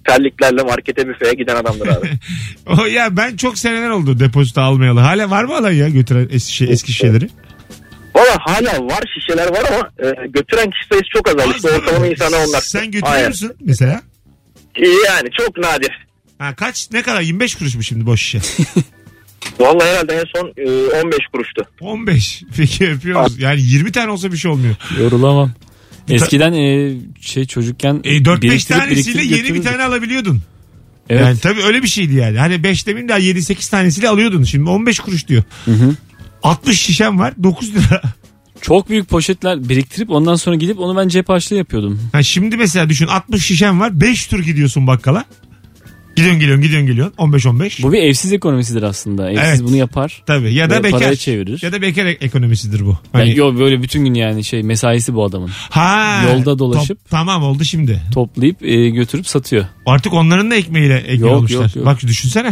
S6: terliklerle markete büfeye giden adamdır
S5: [laughs]
S6: abi.
S2: O ya ben çok seneler oldu depozito almayalı. Hala var mı alan ya götüren eski, şey- eski şeyleri?
S6: Valla hala var şişeler var ama e, götüren kişi sayısı çok azaldı. İşte ortalama insanı onlar.
S2: Sen götürüyor
S6: Aynen.
S2: musun mesela?
S6: Yani çok nadir.
S2: Ha, kaç ne kadar 25 kuruş mu şimdi boş şişe?
S6: Valla herhalde en son e, 15 kuruştu.
S2: 15. Peki öpüyoruz. Yani 20 tane olsa bir şey olmuyor.
S3: Yorulamam. Eskiden e, şey çocukken
S2: E, 4-5
S3: biriktirip
S2: tanesiyle
S3: biriktirip
S2: yeni bir
S3: götürürdük.
S2: tane alabiliyordun.
S3: Evet.
S2: Yani tabii öyle bir şeydi yani. Hani 5 demin daha 7-8 tanesiyle alıyordun. Şimdi 15 kuruş diyor. 60 şişem var 9 lira. [laughs]
S3: Çok büyük poşetler biriktirip ondan sonra gidip onu ben cep harçlığı yapıyordum.
S2: Ha, şimdi mesela düşün 60 şişem var 5 tur gidiyorsun bakkala. Gidiyorsun geliyorsun gidiyorsun geliyorsun 15-15.
S3: Bu bir evsiz ekonomisidir aslında. Evsiz
S2: Evet.
S3: bunu yapar.
S2: Tabii ya da
S3: Ve
S2: bekar.
S3: paraya çevirir.
S2: Ya da bekar ek- ekonomisidir bu.
S3: Yani,
S2: Hani,
S3: yo, böyle bütün gün yani şey mesaisi bu adamın.
S2: ha,
S3: yolda dolaşıp-
S2: top- tamam oldu şimdi.
S3: Toplayıp e, götürüp satıyor.
S2: Artık onların da ekmeğiyle ekmeği
S3: Yok,
S2: olmuşlar.
S3: yok, yok.
S2: Bak düşünsene.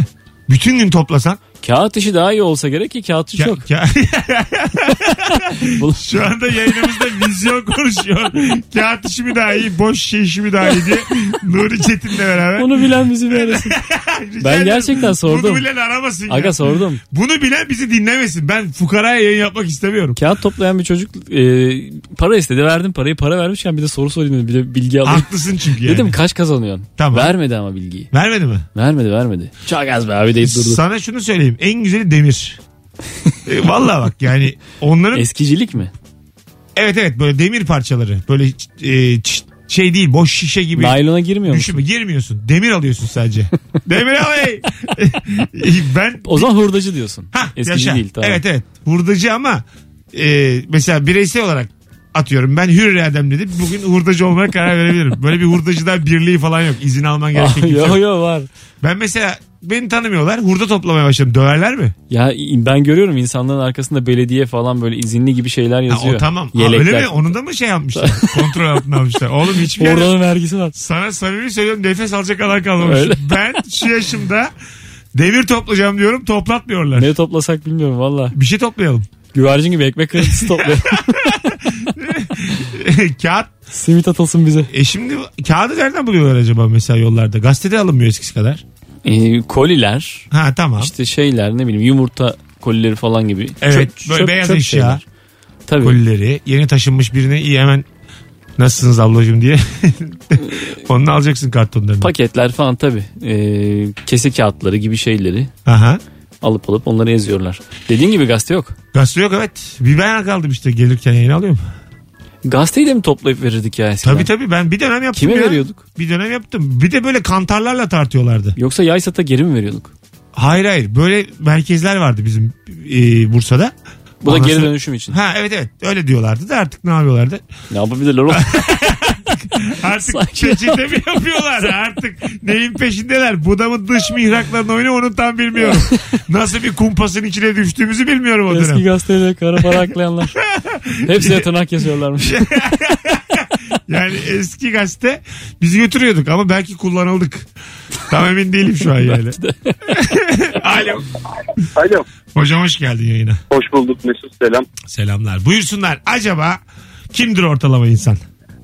S2: Bütün gün toplasan.
S3: Kağıt işi daha iyi olsa gerek ki kağıtçı
S2: Ka-
S3: [laughs] çok.
S2: ka- Şu anda yayınımızda vizyon konuşuyor. Kağıt işi mi daha iyi, boş şey işi mi daha iyi diye Nuri Çetin'le beraber.
S3: Bunu bilen bizi bir
S2: [laughs]
S3: arasın.
S2: Rica
S3: ben
S2: ederim.
S3: gerçekten sordum.
S2: Bunu bilen aramasın ya.
S3: Aga sordum.
S2: Bunu bilen bizi dinlemesin. Ben fukaraya yayın yapmak istemiyorum.
S3: Kağıt toplayan bir çocuk e, para istedi. Verdim parayı. Para vermişken bir de soru sorayım dedim. Bir de bilgi alayım.
S2: Haklısın çünkü Ah, yani.
S3: Dedim kaç kazanıyorsun?
S2: Tamam.
S3: Vermedi ama bilgiyi.
S2: Vermedi mi?
S3: Vermedi vermedi. Çok az be abi deyip durdu.
S2: Sana şunu söyleyeyim. En güzeli
S3: [laughs]
S2: demir. E, Vallahi bak yani onların
S3: Eskicilik mi?
S2: evet evet böyle demir parçaları böyle e, ç- şey değil boş şişe gibi
S3: Naylona girmiyor musun?
S2: Düşünme girmiyorsun. Demir alıyorsun
S3: [laughs]
S2: sadece. Demir alay. E, ben
S3: O zaman hurdacı diyorsun.
S2: ha
S3: Eskici
S2: yaşa.
S3: değil tamam. [laughs]
S2: Evet evet. Hurdacı ama e, mesela bireysel olarak atıyorum ben hür iradem dedi. Bugün hurdacı olmaya karar verebilirim. Böyle bir hurdacıdan birliği falan yok. İzin
S3: [laughs]
S2: alman gereken kimse yok.
S3: yo yo var.
S2: Ben mesela beni tanımıyorlar. Hurda toplamaya başladım. Döverler mi?
S3: Ya ben görüyorum insanların arkasında belediye falan böyle izinli gibi şeyler
S2: Ha,
S3: yazıyor.
S2: o tamam. Ha,
S3: Yelekler.
S2: öyle mi? Onu da mı şey
S3: [laughs]
S2: yapmışlar? Kontrol altına almışlar. Oğlum hiçbir yerde
S3: Oradan vergisi var.
S2: Sana samimi söylüyorum nefes alacak alan kalmamış.
S3: Öyle.
S2: Ben şu yaşımda demir toplayacağım diyorum toplatmıyorlar.
S3: Ne toplasak bilmiyorum valla.
S2: Bir şey toplayalım. [laughs]
S3: Güvercin gibi ekmek kırıntısı topluyor.
S2: Kağıt.
S3: Simit atılsın bize.
S2: E şimdi kağıdı nereden buluyorlar acaba mesela yollarda? Gazetede alınmıyor eskisi kadar.
S3: Ee, koliler,
S2: Ha tamam.
S3: işte şeyler ne bileyim yumurta kolileri falan gibi.
S2: Evet, böyle beyaz eşya.
S3: şeyler. Tabii.
S2: Kolileri. Yeni taşınmış birine iyi hemen nasılsınız ablacığım diye. [laughs] Onu alacaksın kartonlarını.
S3: Paketler falan tabii. Ee, kese kağıtları gibi şeyleri
S2: Aha.
S3: alıp alıp onları eziyorlar. Dediğin gibi gazete yok.
S2: Gazete yok evet. Bir ben kaldım işte gelirken yayını alıyorum.
S3: Gazeteyi de mi toplayıp verirdik ya eskiden?
S2: Tabii tabii ben bir dönem yaptım
S3: Kime
S2: ya.
S3: veriyorduk?
S2: Bir dönem yaptım. Bir de böyle kantarlarla tartıyorlardı.
S3: Yoksa yay sata geri mi veriyorduk?
S2: Hayır hayır böyle merkezler vardı bizim e, Bursa'da.
S3: Bu da
S2: Ondan
S3: geri
S2: [laughs] sonra-
S3: dönüşüm için.
S2: Ha evet evet öyle diyorlardı da artık ne yapıyorlardı?
S3: Ne yapabilirler oğlum?
S2: Artık
S3: Sanki-
S2: peçete mi yapıyorlar? Artık neyin peşindeler? Budamın dış mihraklarının oyunu onu tam bilmiyorum. Nasıl bir kumpasın içine düştüğümüzü bilmiyorum o
S3: Eski
S2: dönem.
S3: gazetede kara
S2: [laughs]
S3: para aklayanlar. Hepsine tırnak
S2: Şey-
S3: kesiyorlarmış.
S2: Yani eski gazete bizi götürüyorduk ama belki kullanıldık. Tam emin değilim şu an yani. [laughs] Alo.
S5: Alo.
S2: Hocam hoş geldin yayına.
S5: Hoş bulduk Mesut selam.
S2: Selamlar. Buyursunlar. Acaba kimdir ortalama insan?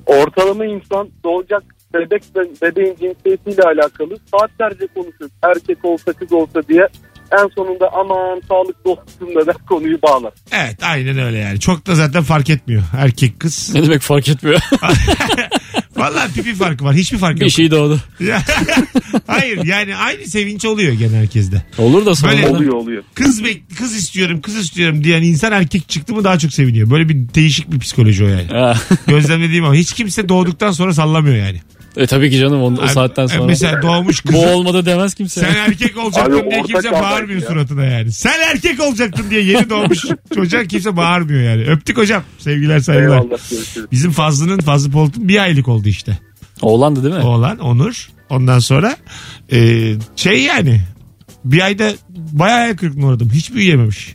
S5: Ortalama insan doğacak bebek ve bebeğin cinsiyetiyle alakalı saatlerce konuşur. Erkek olsa kız olsa diye en sonunda aman sağlık dostum da [laughs] konuyu bağlar.
S2: Evet aynen öyle yani. Çok da zaten fark etmiyor. Erkek kız. [laughs]
S3: ne demek fark etmiyor.
S2: Vallahi pipi farkı var. Hiçbir fark yok.
S3: Bir şey doğdu.
S2: Ya- [laughs] Hayır yani aynı sevinç oluyor gene herkeste.
S3: Olur da
S2: Böyle-
S3: sonra.
S5: Oluyor oluyor.
S2: Kız bek kız istiyorum, kız istiyorum diyen insan erkek çıktı mı daha çok seviniyor. Böyle bir değişik bir psikoloji o yani.
S3: Ha.
S2: Gözlemlediğim ama hiç kimse doğduktan sonra sallamıyor yani.
S3: E tabii ki canım onu, o
S2: Abi,
S3: saatten
S2: e,
S3: sonra.
S2: Mesela doğmuş kız.
S3: Bu olmadı demez kimse.
S2: Sen erkek olacaktın
S5: Abi
S2: diye
S5: ortak
S2: kimse
S5: adam
S2: bağırmıyor
S5: ya.
S2: suratına yani. Sen erkek olacaktın diye yeni doğmuş çocuğa kimse bağırmıyor yani. Öptük hocam. Sevgiler saygılar.
S5: Eyvallah görüşürüz.
S2: Bizim Fazlı'nın Fazlı Polat'ın bir aylık oldu işte. [laughs]
S3: Oğlandı değil mi?
S2: Oğlan Onur. Ondan sonra e, şey yani bir ayda bayağı hayal kırıklığına uğradım. şey Hiç büyüyememiş.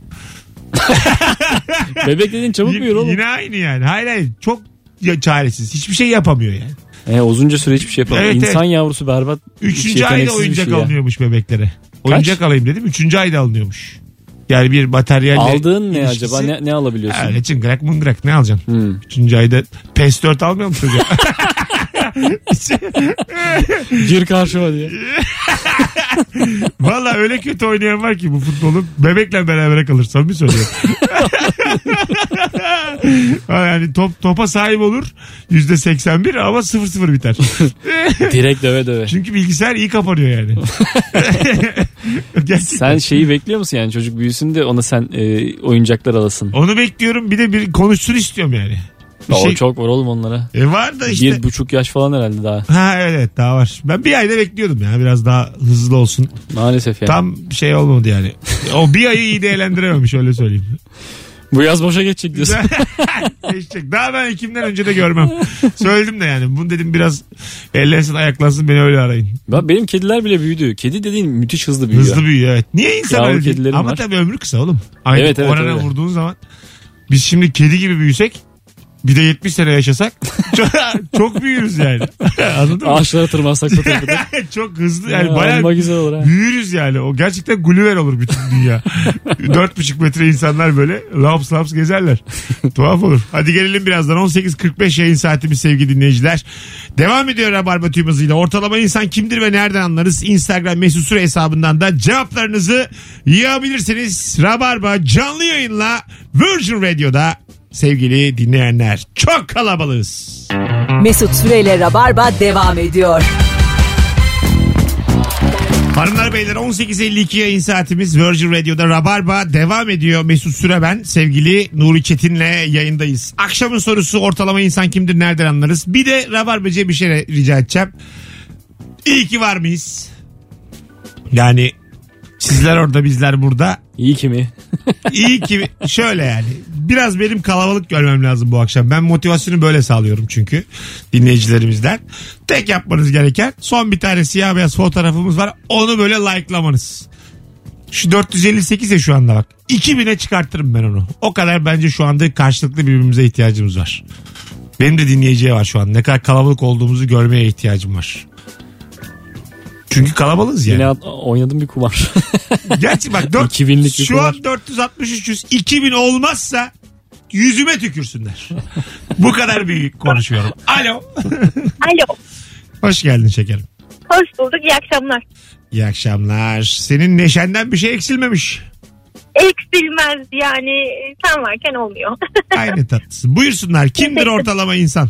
S3: Bebek dediğin çabuk
S2: Y-
S3: büyür oğlum.
S2: Yine aynı yani. Hayır hayır çok ya- çaresiz. Hiçbir şey yapamıyor yani.
S3: E, uzunca süre hiçbir şey yapamıyor.
S2: Evet,
S3: İnsan yavrusu berbat.
S2: Üçüncü ayda
S3: yeteneksiz bir
S2: oyuncak
S3: şey ya.
S2: alınıyormuş bebeklere. Oyuncak alayım dedim. Üçüncü ayda alınıyormuş. Yani bir materyalle
S3: Aldığın ne
S2: ilişkisi-
S3: acaba? Ne, ne alabiliyorsun?
S2: Ha, reçin grak mıngrak ne alacaksın?
S3: Hmm.
S2: Üçüncü ayda PES 4 almıyor musun çocuğa?
S3: Gir karşıma
S2: [laughs]
S3: diye.
S2: Valla öyle kötü oynayan var ki bu futbolu bebekle beraber kalır. Samimi
S3: [laughs]
S2: söylüyorum. yani top, topa sahip olur. Yüzde 81 ama 0-0 biter.
S3: Direkt döve döve.
S2: Çünkü bilgisayar iyi kapanıyor
S3: [laughs]
S2: yani. Gerçekten.
S3: Sen şeyi bekliyor musun yani çocuk büyüsün de ona sen e, oyuncaklar alasın.
S2: Onu bekliyorum bir de bir konuşsun istiyorum yani. Bir
S3: O
S2: şey-
S3: çok var oğlum onlara.
S2: E var da işte.
S3: Bir buçuk yaş falan herhalde daha.
S2: Ha evet daha var. Ben bir ayda bekliyordum ya biraz daha hızlı olsun.
S3: Maalesef yani.
S2: Tam şey olmadı yani. O bir ayı iyi değerlendirememiş öyle söyleyeyim.
S3: Bu yaz boşa geçecek diyorsun.
S2: [laughs] Geçecek. Daha ben Ekim'den önce de görmem. Söyledim de yani. Bunu dedim biraz ellensin ayaklansın beni öyle arayın.
S3: Ben, benim kediler bile büyüdü. Kedi dediğin müthiş hızlı büyüyor.
S2: Hızlı büyüyor evet. Niye insan
S3: Yavru
S2: öyle değil?
S3: kedilerim
S2: Ama
S3: var.
S2: tabii ömrü kısa oğlum. Aynı
S3: Evet, evet,
S2: orana
S3: öyle.
S2: vurduğun zaman biz şimdi kedi gibi büyüsek bir de 70 sene yaşasak [laughs] çok, çok büyürüz yani. [laughs] Anladın [laughs] mı?
S3: Ağaçlara tırmansak da tabii.
S2: çok hızlı [laughs] yani
S3: Yani
S2: bayağı
S3: güzel olur ha.
S2: büyürüz yani. O gerçekten Gulliver olur bütün dünya. 4,5 metre insanlar böyle laps laps gezerler. Tuhaf olur. Hadi gelelim birazdan 18.45 yayın saatimiz sevgili dinleyiciler. Devam ediyor Rabarba tüm hızıyla. Ortalama insan kimdir ve nereden anlarız? Instagram mesut süre hesabından da cevaplarınızı yığabilirsiniz. Rabarba canlı yayınla Virgin Radio'da sevgili dinleyenler. Çok kalabalığız.
S1: Mesut Süreyle Rabarba devam ediyor.
S2: Hanımlar beyler 18.52 yayın saatimiz Virgin Radio'da Rabarba devam ediyor. Mesut Süre ben sevgili Nuri Çetin'le yayındayız. Akşamın sorusu ortalama insan kimdir nereden anlarız? Bir de Rabarbacı'ya bir şey rica edeceğim. İyi ki var mıyız? Yani sizler orada bizler burada.
S3: İyi ki mi?
S2: İyi ki şöyle yani biraz benim kalabalık görmem lazım bu akşam. Ben motivasyonu böyle sağlıyorum çünkü dinleyicilerimizden. Tek yapmanız gereken son bir tane siyah beyaz fotoğrafımız var. Onu böyle likelamanız. Şu 458 ya şu anda bak. 2000'e çıkartırım ben onu. O kadar bence şu anda karşılıklı birbirimize ihtiyacımız var. Benim de dinleyiciye var şu an. Ne kadar kalabalık olduğumuzu görmeye ihtiyacım var. Çünkü kalabalığız yani.
S3: Yine at- oynadım
S2: [laughs]
S3: bir kumar.
S2: Gerçi bak dört-
S3: 2000'lik bir
S2: şu
S3: kumar.
S2: an 463 2000 olmazsa yüzüme tükürsünler. Bu kadar büyük konuşuyorum. Alo.
S7: Alo.
S2: Hoş geldin şekerim.
S7: Hoş bulduk. iyi akşamlar.
S2: İyi akşamlar. Senin neşenden bir şey eksilmemiş.
S7: Eksilmez yani sen varken olmuyor. [laughs]
S2: Aynı tatlısı. Buyursunlar. Kimdir ortalama insan?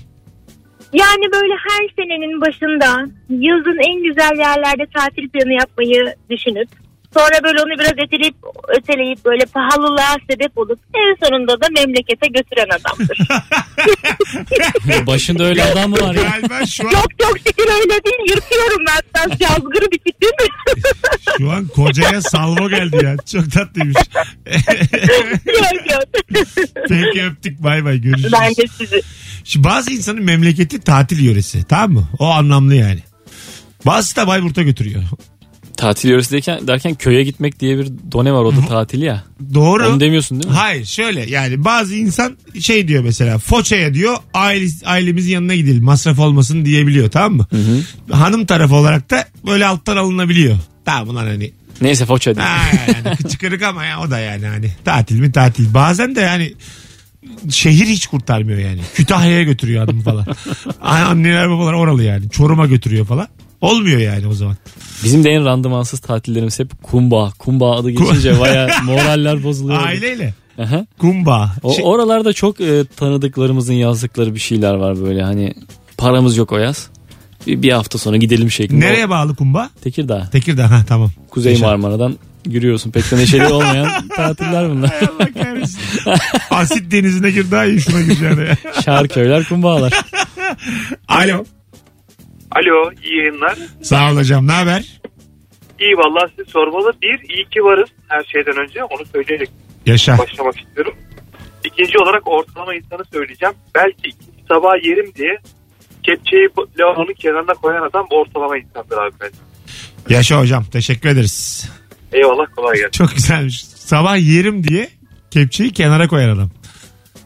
S7: yani böyle her senenin başında yazın en güzel yerlerde tatil planı yapmayı düşünüp sonra böyle onu biraz öteleyip, öteleyip böyle pahalılığa sebep olup en sonunda da memlekete götüren
S8: [laughs]
S7: adamdır.
S3: Başında öyle adam mı var ya?
S2: Galiba şu an,
S7: çok çok şükür öyle değil. Yırtıyorum ben. Sen yazgırı bir tipim.
S2: şu an kocaya salvo geldi ya. Çok tatlıymış.
S7: [laughs]
S8: [laughs]
S7: yok yok.
S2: Peki öptük bay bay görüşürüz.
S7: Ben de sizi.
S2: Şimdi bazı insanın memleketi tatil yöresi tamam mı? O anlamlı yani. Bazısı da Bayburt'a götürüyor.
S3: Tatil yöresindeyken derken köye gitmek diye bir done var o da tatil ya.
S2: Doğru.
S3: Onu demiyorsun değil mi?
S2: Hayır şöyle yani bazı insan şey diyor mesela Foça'ya diyor aile, ailemizin yanına gidelim masraf olmasın diyebiliyor tamam mı? Hanım tarafı olarak da böyle alttan alınabiliyor. Tamam bunlar hani
S3: Neyse foça diye.
S2: ha yani kıçı kırık ama ya o da yani hani tatil mi tatil. Bazen de yani şehir hiç kurtarmıyor yani. Kütahya'ya götürüyor adamı falan. [laughs] Ay, Anneler babalar oralı yani. Çorum'a götürüyor falan. Olmuyor yani o zaman.
S3: Bizim de en randımansız tatillerimiz hep kumba. Kumba adı
S2: [laughs]
S3: geçince baya moraller bozuluyor.
S2: Aileyle.
S3: Aha.
S2: Kumba.
S3: O,
S2: Şey-
S3: Oralarda çok e, tanıdıklarımızın yazdıkları bir şeyler var böyle hani paramız yok o yaz. Bir, bir hafta sonra gidelim şeklinde.
S2: nereye bağlı kumba?
S3: O- Tekirdağ.
S2: Tekirdağ ha tamam.
S3: Kuzey
S2: Yaşa.
S3: Marmara'dan yürüyorsun. Pek de
S2: [laughs]
S3: neşeli olmayan tatiller bunlar.
S2: Hay Allah kahretsin. [laughs] Asit denizine gir daha iyi şuna gireceğine. ya.
S3: Şarköyler, kumbağalar.
S2: Alo.
S5: Alo iyi yayınlar.
S2: Sağ ol hocam ne haber?
S5: İyi vallahi sizi sormalı. Bir iyi ki varız her şeyden önce onu söyleyerek
S2: Yaşa.
S5: başlamak istiyorum. İkinci olarak ortalama insanı söyleyeceğim. Belki ikinci sabah yerim diye kepçeyi bu- lavabonun kenarına koyan adam ortalama insandır abi bence.
S2: Yaşa hocam teşekkür ederiz.
S5: Eyvallah kolay gelsin.
S2: Çok güzelmiş. Sabah yerim diye kepçeyi kenara koyar adam.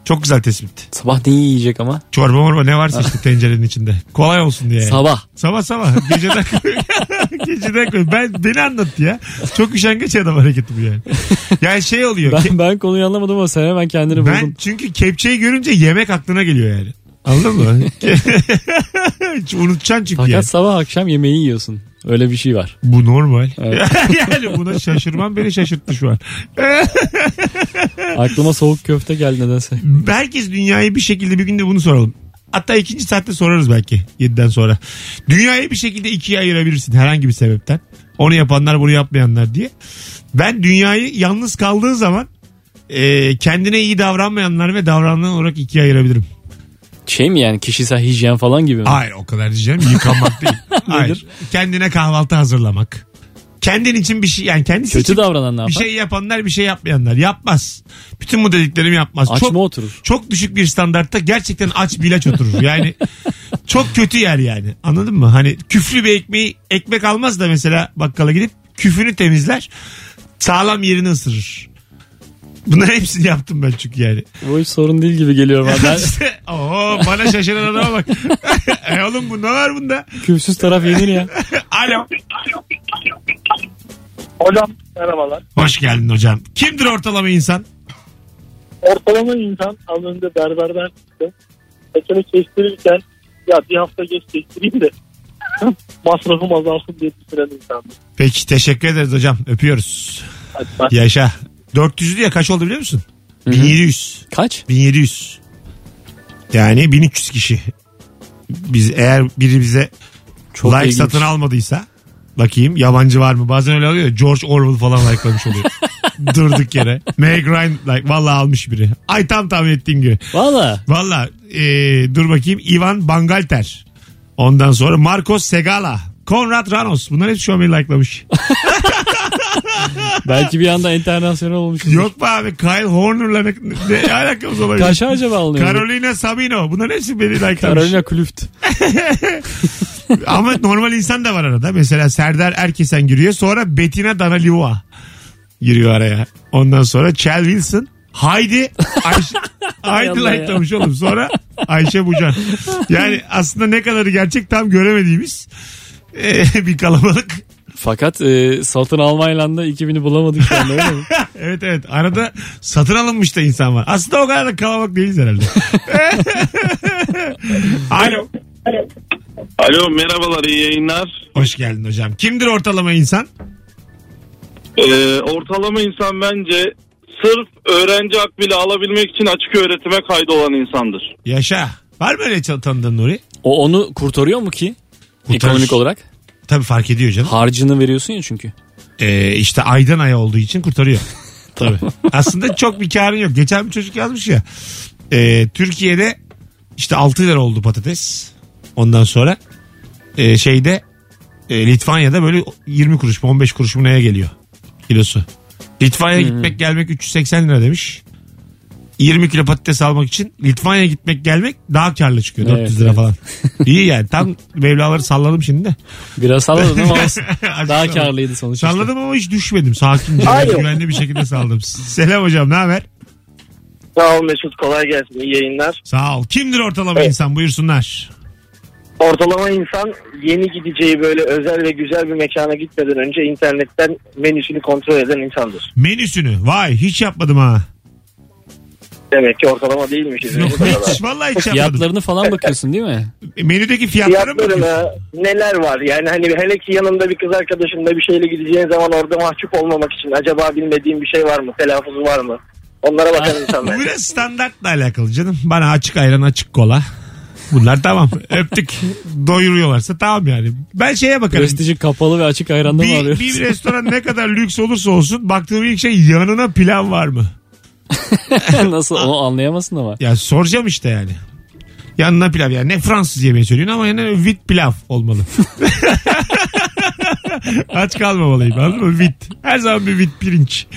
S2: Çok güzel tespit.
S3: Sabah neyi yiyecek ama?
S2: Çorba morba ne varsa işte tencerenin içinde. Kolay olsun diye. yani.
S3: Sabah.
S2: Sabah sabah. Geceden [laughs] Geceden koy. Ben, beni anlattı ya. Çok üşengeç adam hareketi bu yani. Yani şey oluyor. ke-
S3: Ben, ben konuyu anlamadım ama sen hemen kendini
S2: Ben
S3: buldun.
S2: çünkü kepçeyi görünce yemek aklına geliyor yani. Anladın mı? [laughs] Hiç unutacaksın çünkü
S3: Fakat
S2: yani.
S3: sabah akşam yemeği yiyorsun. Öyle bir şey var.
S2: Bu normal.
S3: Evet.
S2: [laughs] yani buna şaşırmam beni şaşırttı şu an.
S3: Aklıma soğuk köfte geldi nedense.
S2: Herkes dünyayı bir şekilde bir günde bunu soralım. Hatta ikinci saatte sorarız belki 7'den sonra. Dünyayı bir şekilde ikiye ayırabilirsin herhangi bir sebepten. Onu yapanlar bunu yapmayanlar diye. Ben dünyayı yalnız kaldığı zaman e, kendine iyi davranmayanlar ve davranan olarak ikiye ayırabilirim.
S3: Şey mi yani kişisel hijyen falan gibi mi?
S2: Hayır o kadar diyeceğim yıkanmak
S3: [laughs]
S2: değil. Hayır. Kendine kahvaltı hazırlamak. Kendin için bir şey yani kendisi
S3: Kötü
S2: için
S3: davranan ne
S2: bir
S3: yapar?
S2: şey yapanlar bir şey yapmayanlar yapmaz. Bütün bu dediklerimi yapmaz.
S3: Aç
S2: çok,
S3: mı oturur?
S2: çok düşük bir standartta gerçekten aç bir ilaç oturur. Yani çok kötü yer yani anladın mı? Hani küflü bir ekmeği ekmek almaz da mesela bakkala gidip küfünü temizler sağlam yerini ısırır. Bunların hepsini yaptım ben çünkü yani.
S3: Bu hiç sorun değil gibi
S2: [laughs]
S3: geliyor bana. Ben
S2: İşte, Oo, bana şaşıran adama bak. [laughs] e oğlum bu ne var bunda?
S3: küpsüz taraf yenir ya.
S2: Alo.
S5: Hocam merhabalar.
S2: Hoş geldin hocam. Kimdir ortalama insan?
S5: Ortalama insan az önce berberden çıktı. Saçını kestirirken ya bir hafta geç kestireyim de [laughs] masrafım azalsın diye düşünen insan.
S2: Peki teşekkür ederiz hocam. Öpüyoruz. Yaşa. 400'lü ya kaç oldu biliyor musun? 1700.
S3: [laughs] Kaç?
S2: 1700. Yani 1300 kişi. Biz eğer biri bize
S3: Çok
S2: like
S3: ilginç.
S2: satın almadıysa bakayım yabancı var mı? Bazen öyle oluyor. ya, George Orwell falan likelamış
S3: [laughs]
S2: oluyor. Durduk yere. Meg Ryan like vallahi almış biri. Ay tam tahmin ettiğim gibi.
S3: Valla.
S2: Valla e, dur bakayım Ivan Bangalter. Ondan sonra Marcos Segala. Konrad Ranos. Bunlar hep Xiaomi likelamış.
S3: Belki bir anda internasyonel olmuş.
S2: Yok be abi Kyle Horner'la ne, ne alakamız olabilir?
S3: Kaşa acaba alınıyor?
S2: Carolina Sabino. Bunların hepsi beni likelamış.
S3: Carolina Klüft.
S2: Ama normal insan da var arada. Mesela Serdar Erkesen giriyor. Sonra Betina Danalivua giriyor araya. Ondan sonra Chel Wilson. Haydi.
S3: [laughs]
S2: Ayşe, Haydi
S3: Allah ya.
S2: likelamış oğlum. Sonra Ayşe Bucan. Yani aslında ne kadarı gerçek tam göremediğimiz eh, [laughs] bir kalabalık.
S3: Fakat e, satın almayla da 2000'i bulamadık şu anda öyle mi?
S2: Evet evet arada satın alınmış da insan var. Aslında o kadar da kalabalık değiliz herhalde. [laughs] Alo.
S9: Alo merhabalar iyi yayınlar.
S2: Hoş geldin hocam. Kimdir ortalama insan?
S9: Ee, ortalama insan bence sırf öğrenci hak bile alabilmek için açık öğretime kaydolan insandır.
S2: Yaşa. Var mı öyle tanıdığın Nuri?
S3: O onu kurtarıyor mu ki?
S2: Kurtarır.
S3: Ekonomik olarak.
S2: Tabii fark ediyor canım.
S3: Harcını veriyorsun ya çünkü.
S2: Ee, işte aydan aya olduğu için
S3: [laughs]
S2: kurtarıyor. Tabii. Aslında çok bir karın yok. Geçen bir çocuk yazmış ya. Ee, Türkiye'de işte 6 lira oldu patates. Ondan sonra e, şeyde e, Litvanya'da böyle 20 kuruş mu, 15 kuruş mu
S3: Hmm.
S2: neye geliyor kilosu. Litvanya'ya gitmek gelmek 380 lira demiş. 20 kilo patates almak için Litvanya'ya gitmek gelmek daha karlı çıkıyor.
S3: Evet,
S2: 400 lira
S3: evet.
S2: falan. İyi yani.
S3: [laughs]
S2: Tam mevlaları salladım şimdi de.
S3: Biraz salladım
S2: [laughs]
S3: ama olsun.
S2: Azıcık
S3: daha
S2: salladım.
S3: karlıydı sonuçta.
S2: Salladım ama hiç düşmedim. Sakince,
S8: Alo.
S2: güvenli bir şekilde salladım. Selam hocam ne haber?
S8: Sağ ol Mesut kolay gelsin iyi yayınlar.
S2: Sağ ol. Kimdir ortalama
S8: Evet.
S2: insan? Buyursunlar.
S8: Ortalama insan yeni gideceği böyle özel ve güzel bir mekana gitmeden önce internetten menüsünü kontrol eden insandır.
S2: Menüsünü. Vay hiç yapmadım ha.
S8: Demek ki ortalama değilmişiz.
S2: Yok,
S8: Bu
S2: [laughs]
S8: kadar.
S2: hiç vallahi hiç yapmadım.
S3: Fiyatlarını falan bakıyorsun değil mi?
S2: Menüdeki fiyatlara mı bakıyorsun?
S8: Fiyatlarına neler var yani hani hele ki yanında bir kız arkadaşınla bir şeyle gideceğin zaman orada mahcup olmamak için acaba bilmediğin bir şey var mı telaffuzu var mı onlara bakan insanlar.
S2: Bu biraz standartla alakalı canım. Bana açık ayran açık kola. Bunlar tamam. Öptük. Doyuruyorlarsa tamam yani. Ben şeye bakarım.
S3: Prestijin kapalı ve açık ayrandan mı
S2: bir,
S3: alıyoruz?
S2: bir restoran ne kadar lüks olursa olsun baktığım ilk şey yanına pilav var mı?
S3: [laughs] Nasıl onu anlayamasın ama.
S2: Ya soracağım işte yani. Yanına pilav yani. Ne Fransız yemeği söylüyorsun ama yani vit pilav olmalı. [laughs] [laughs] Aç kalmamalıyım anladın mı? Vit. Her zaman bir vit pirinç.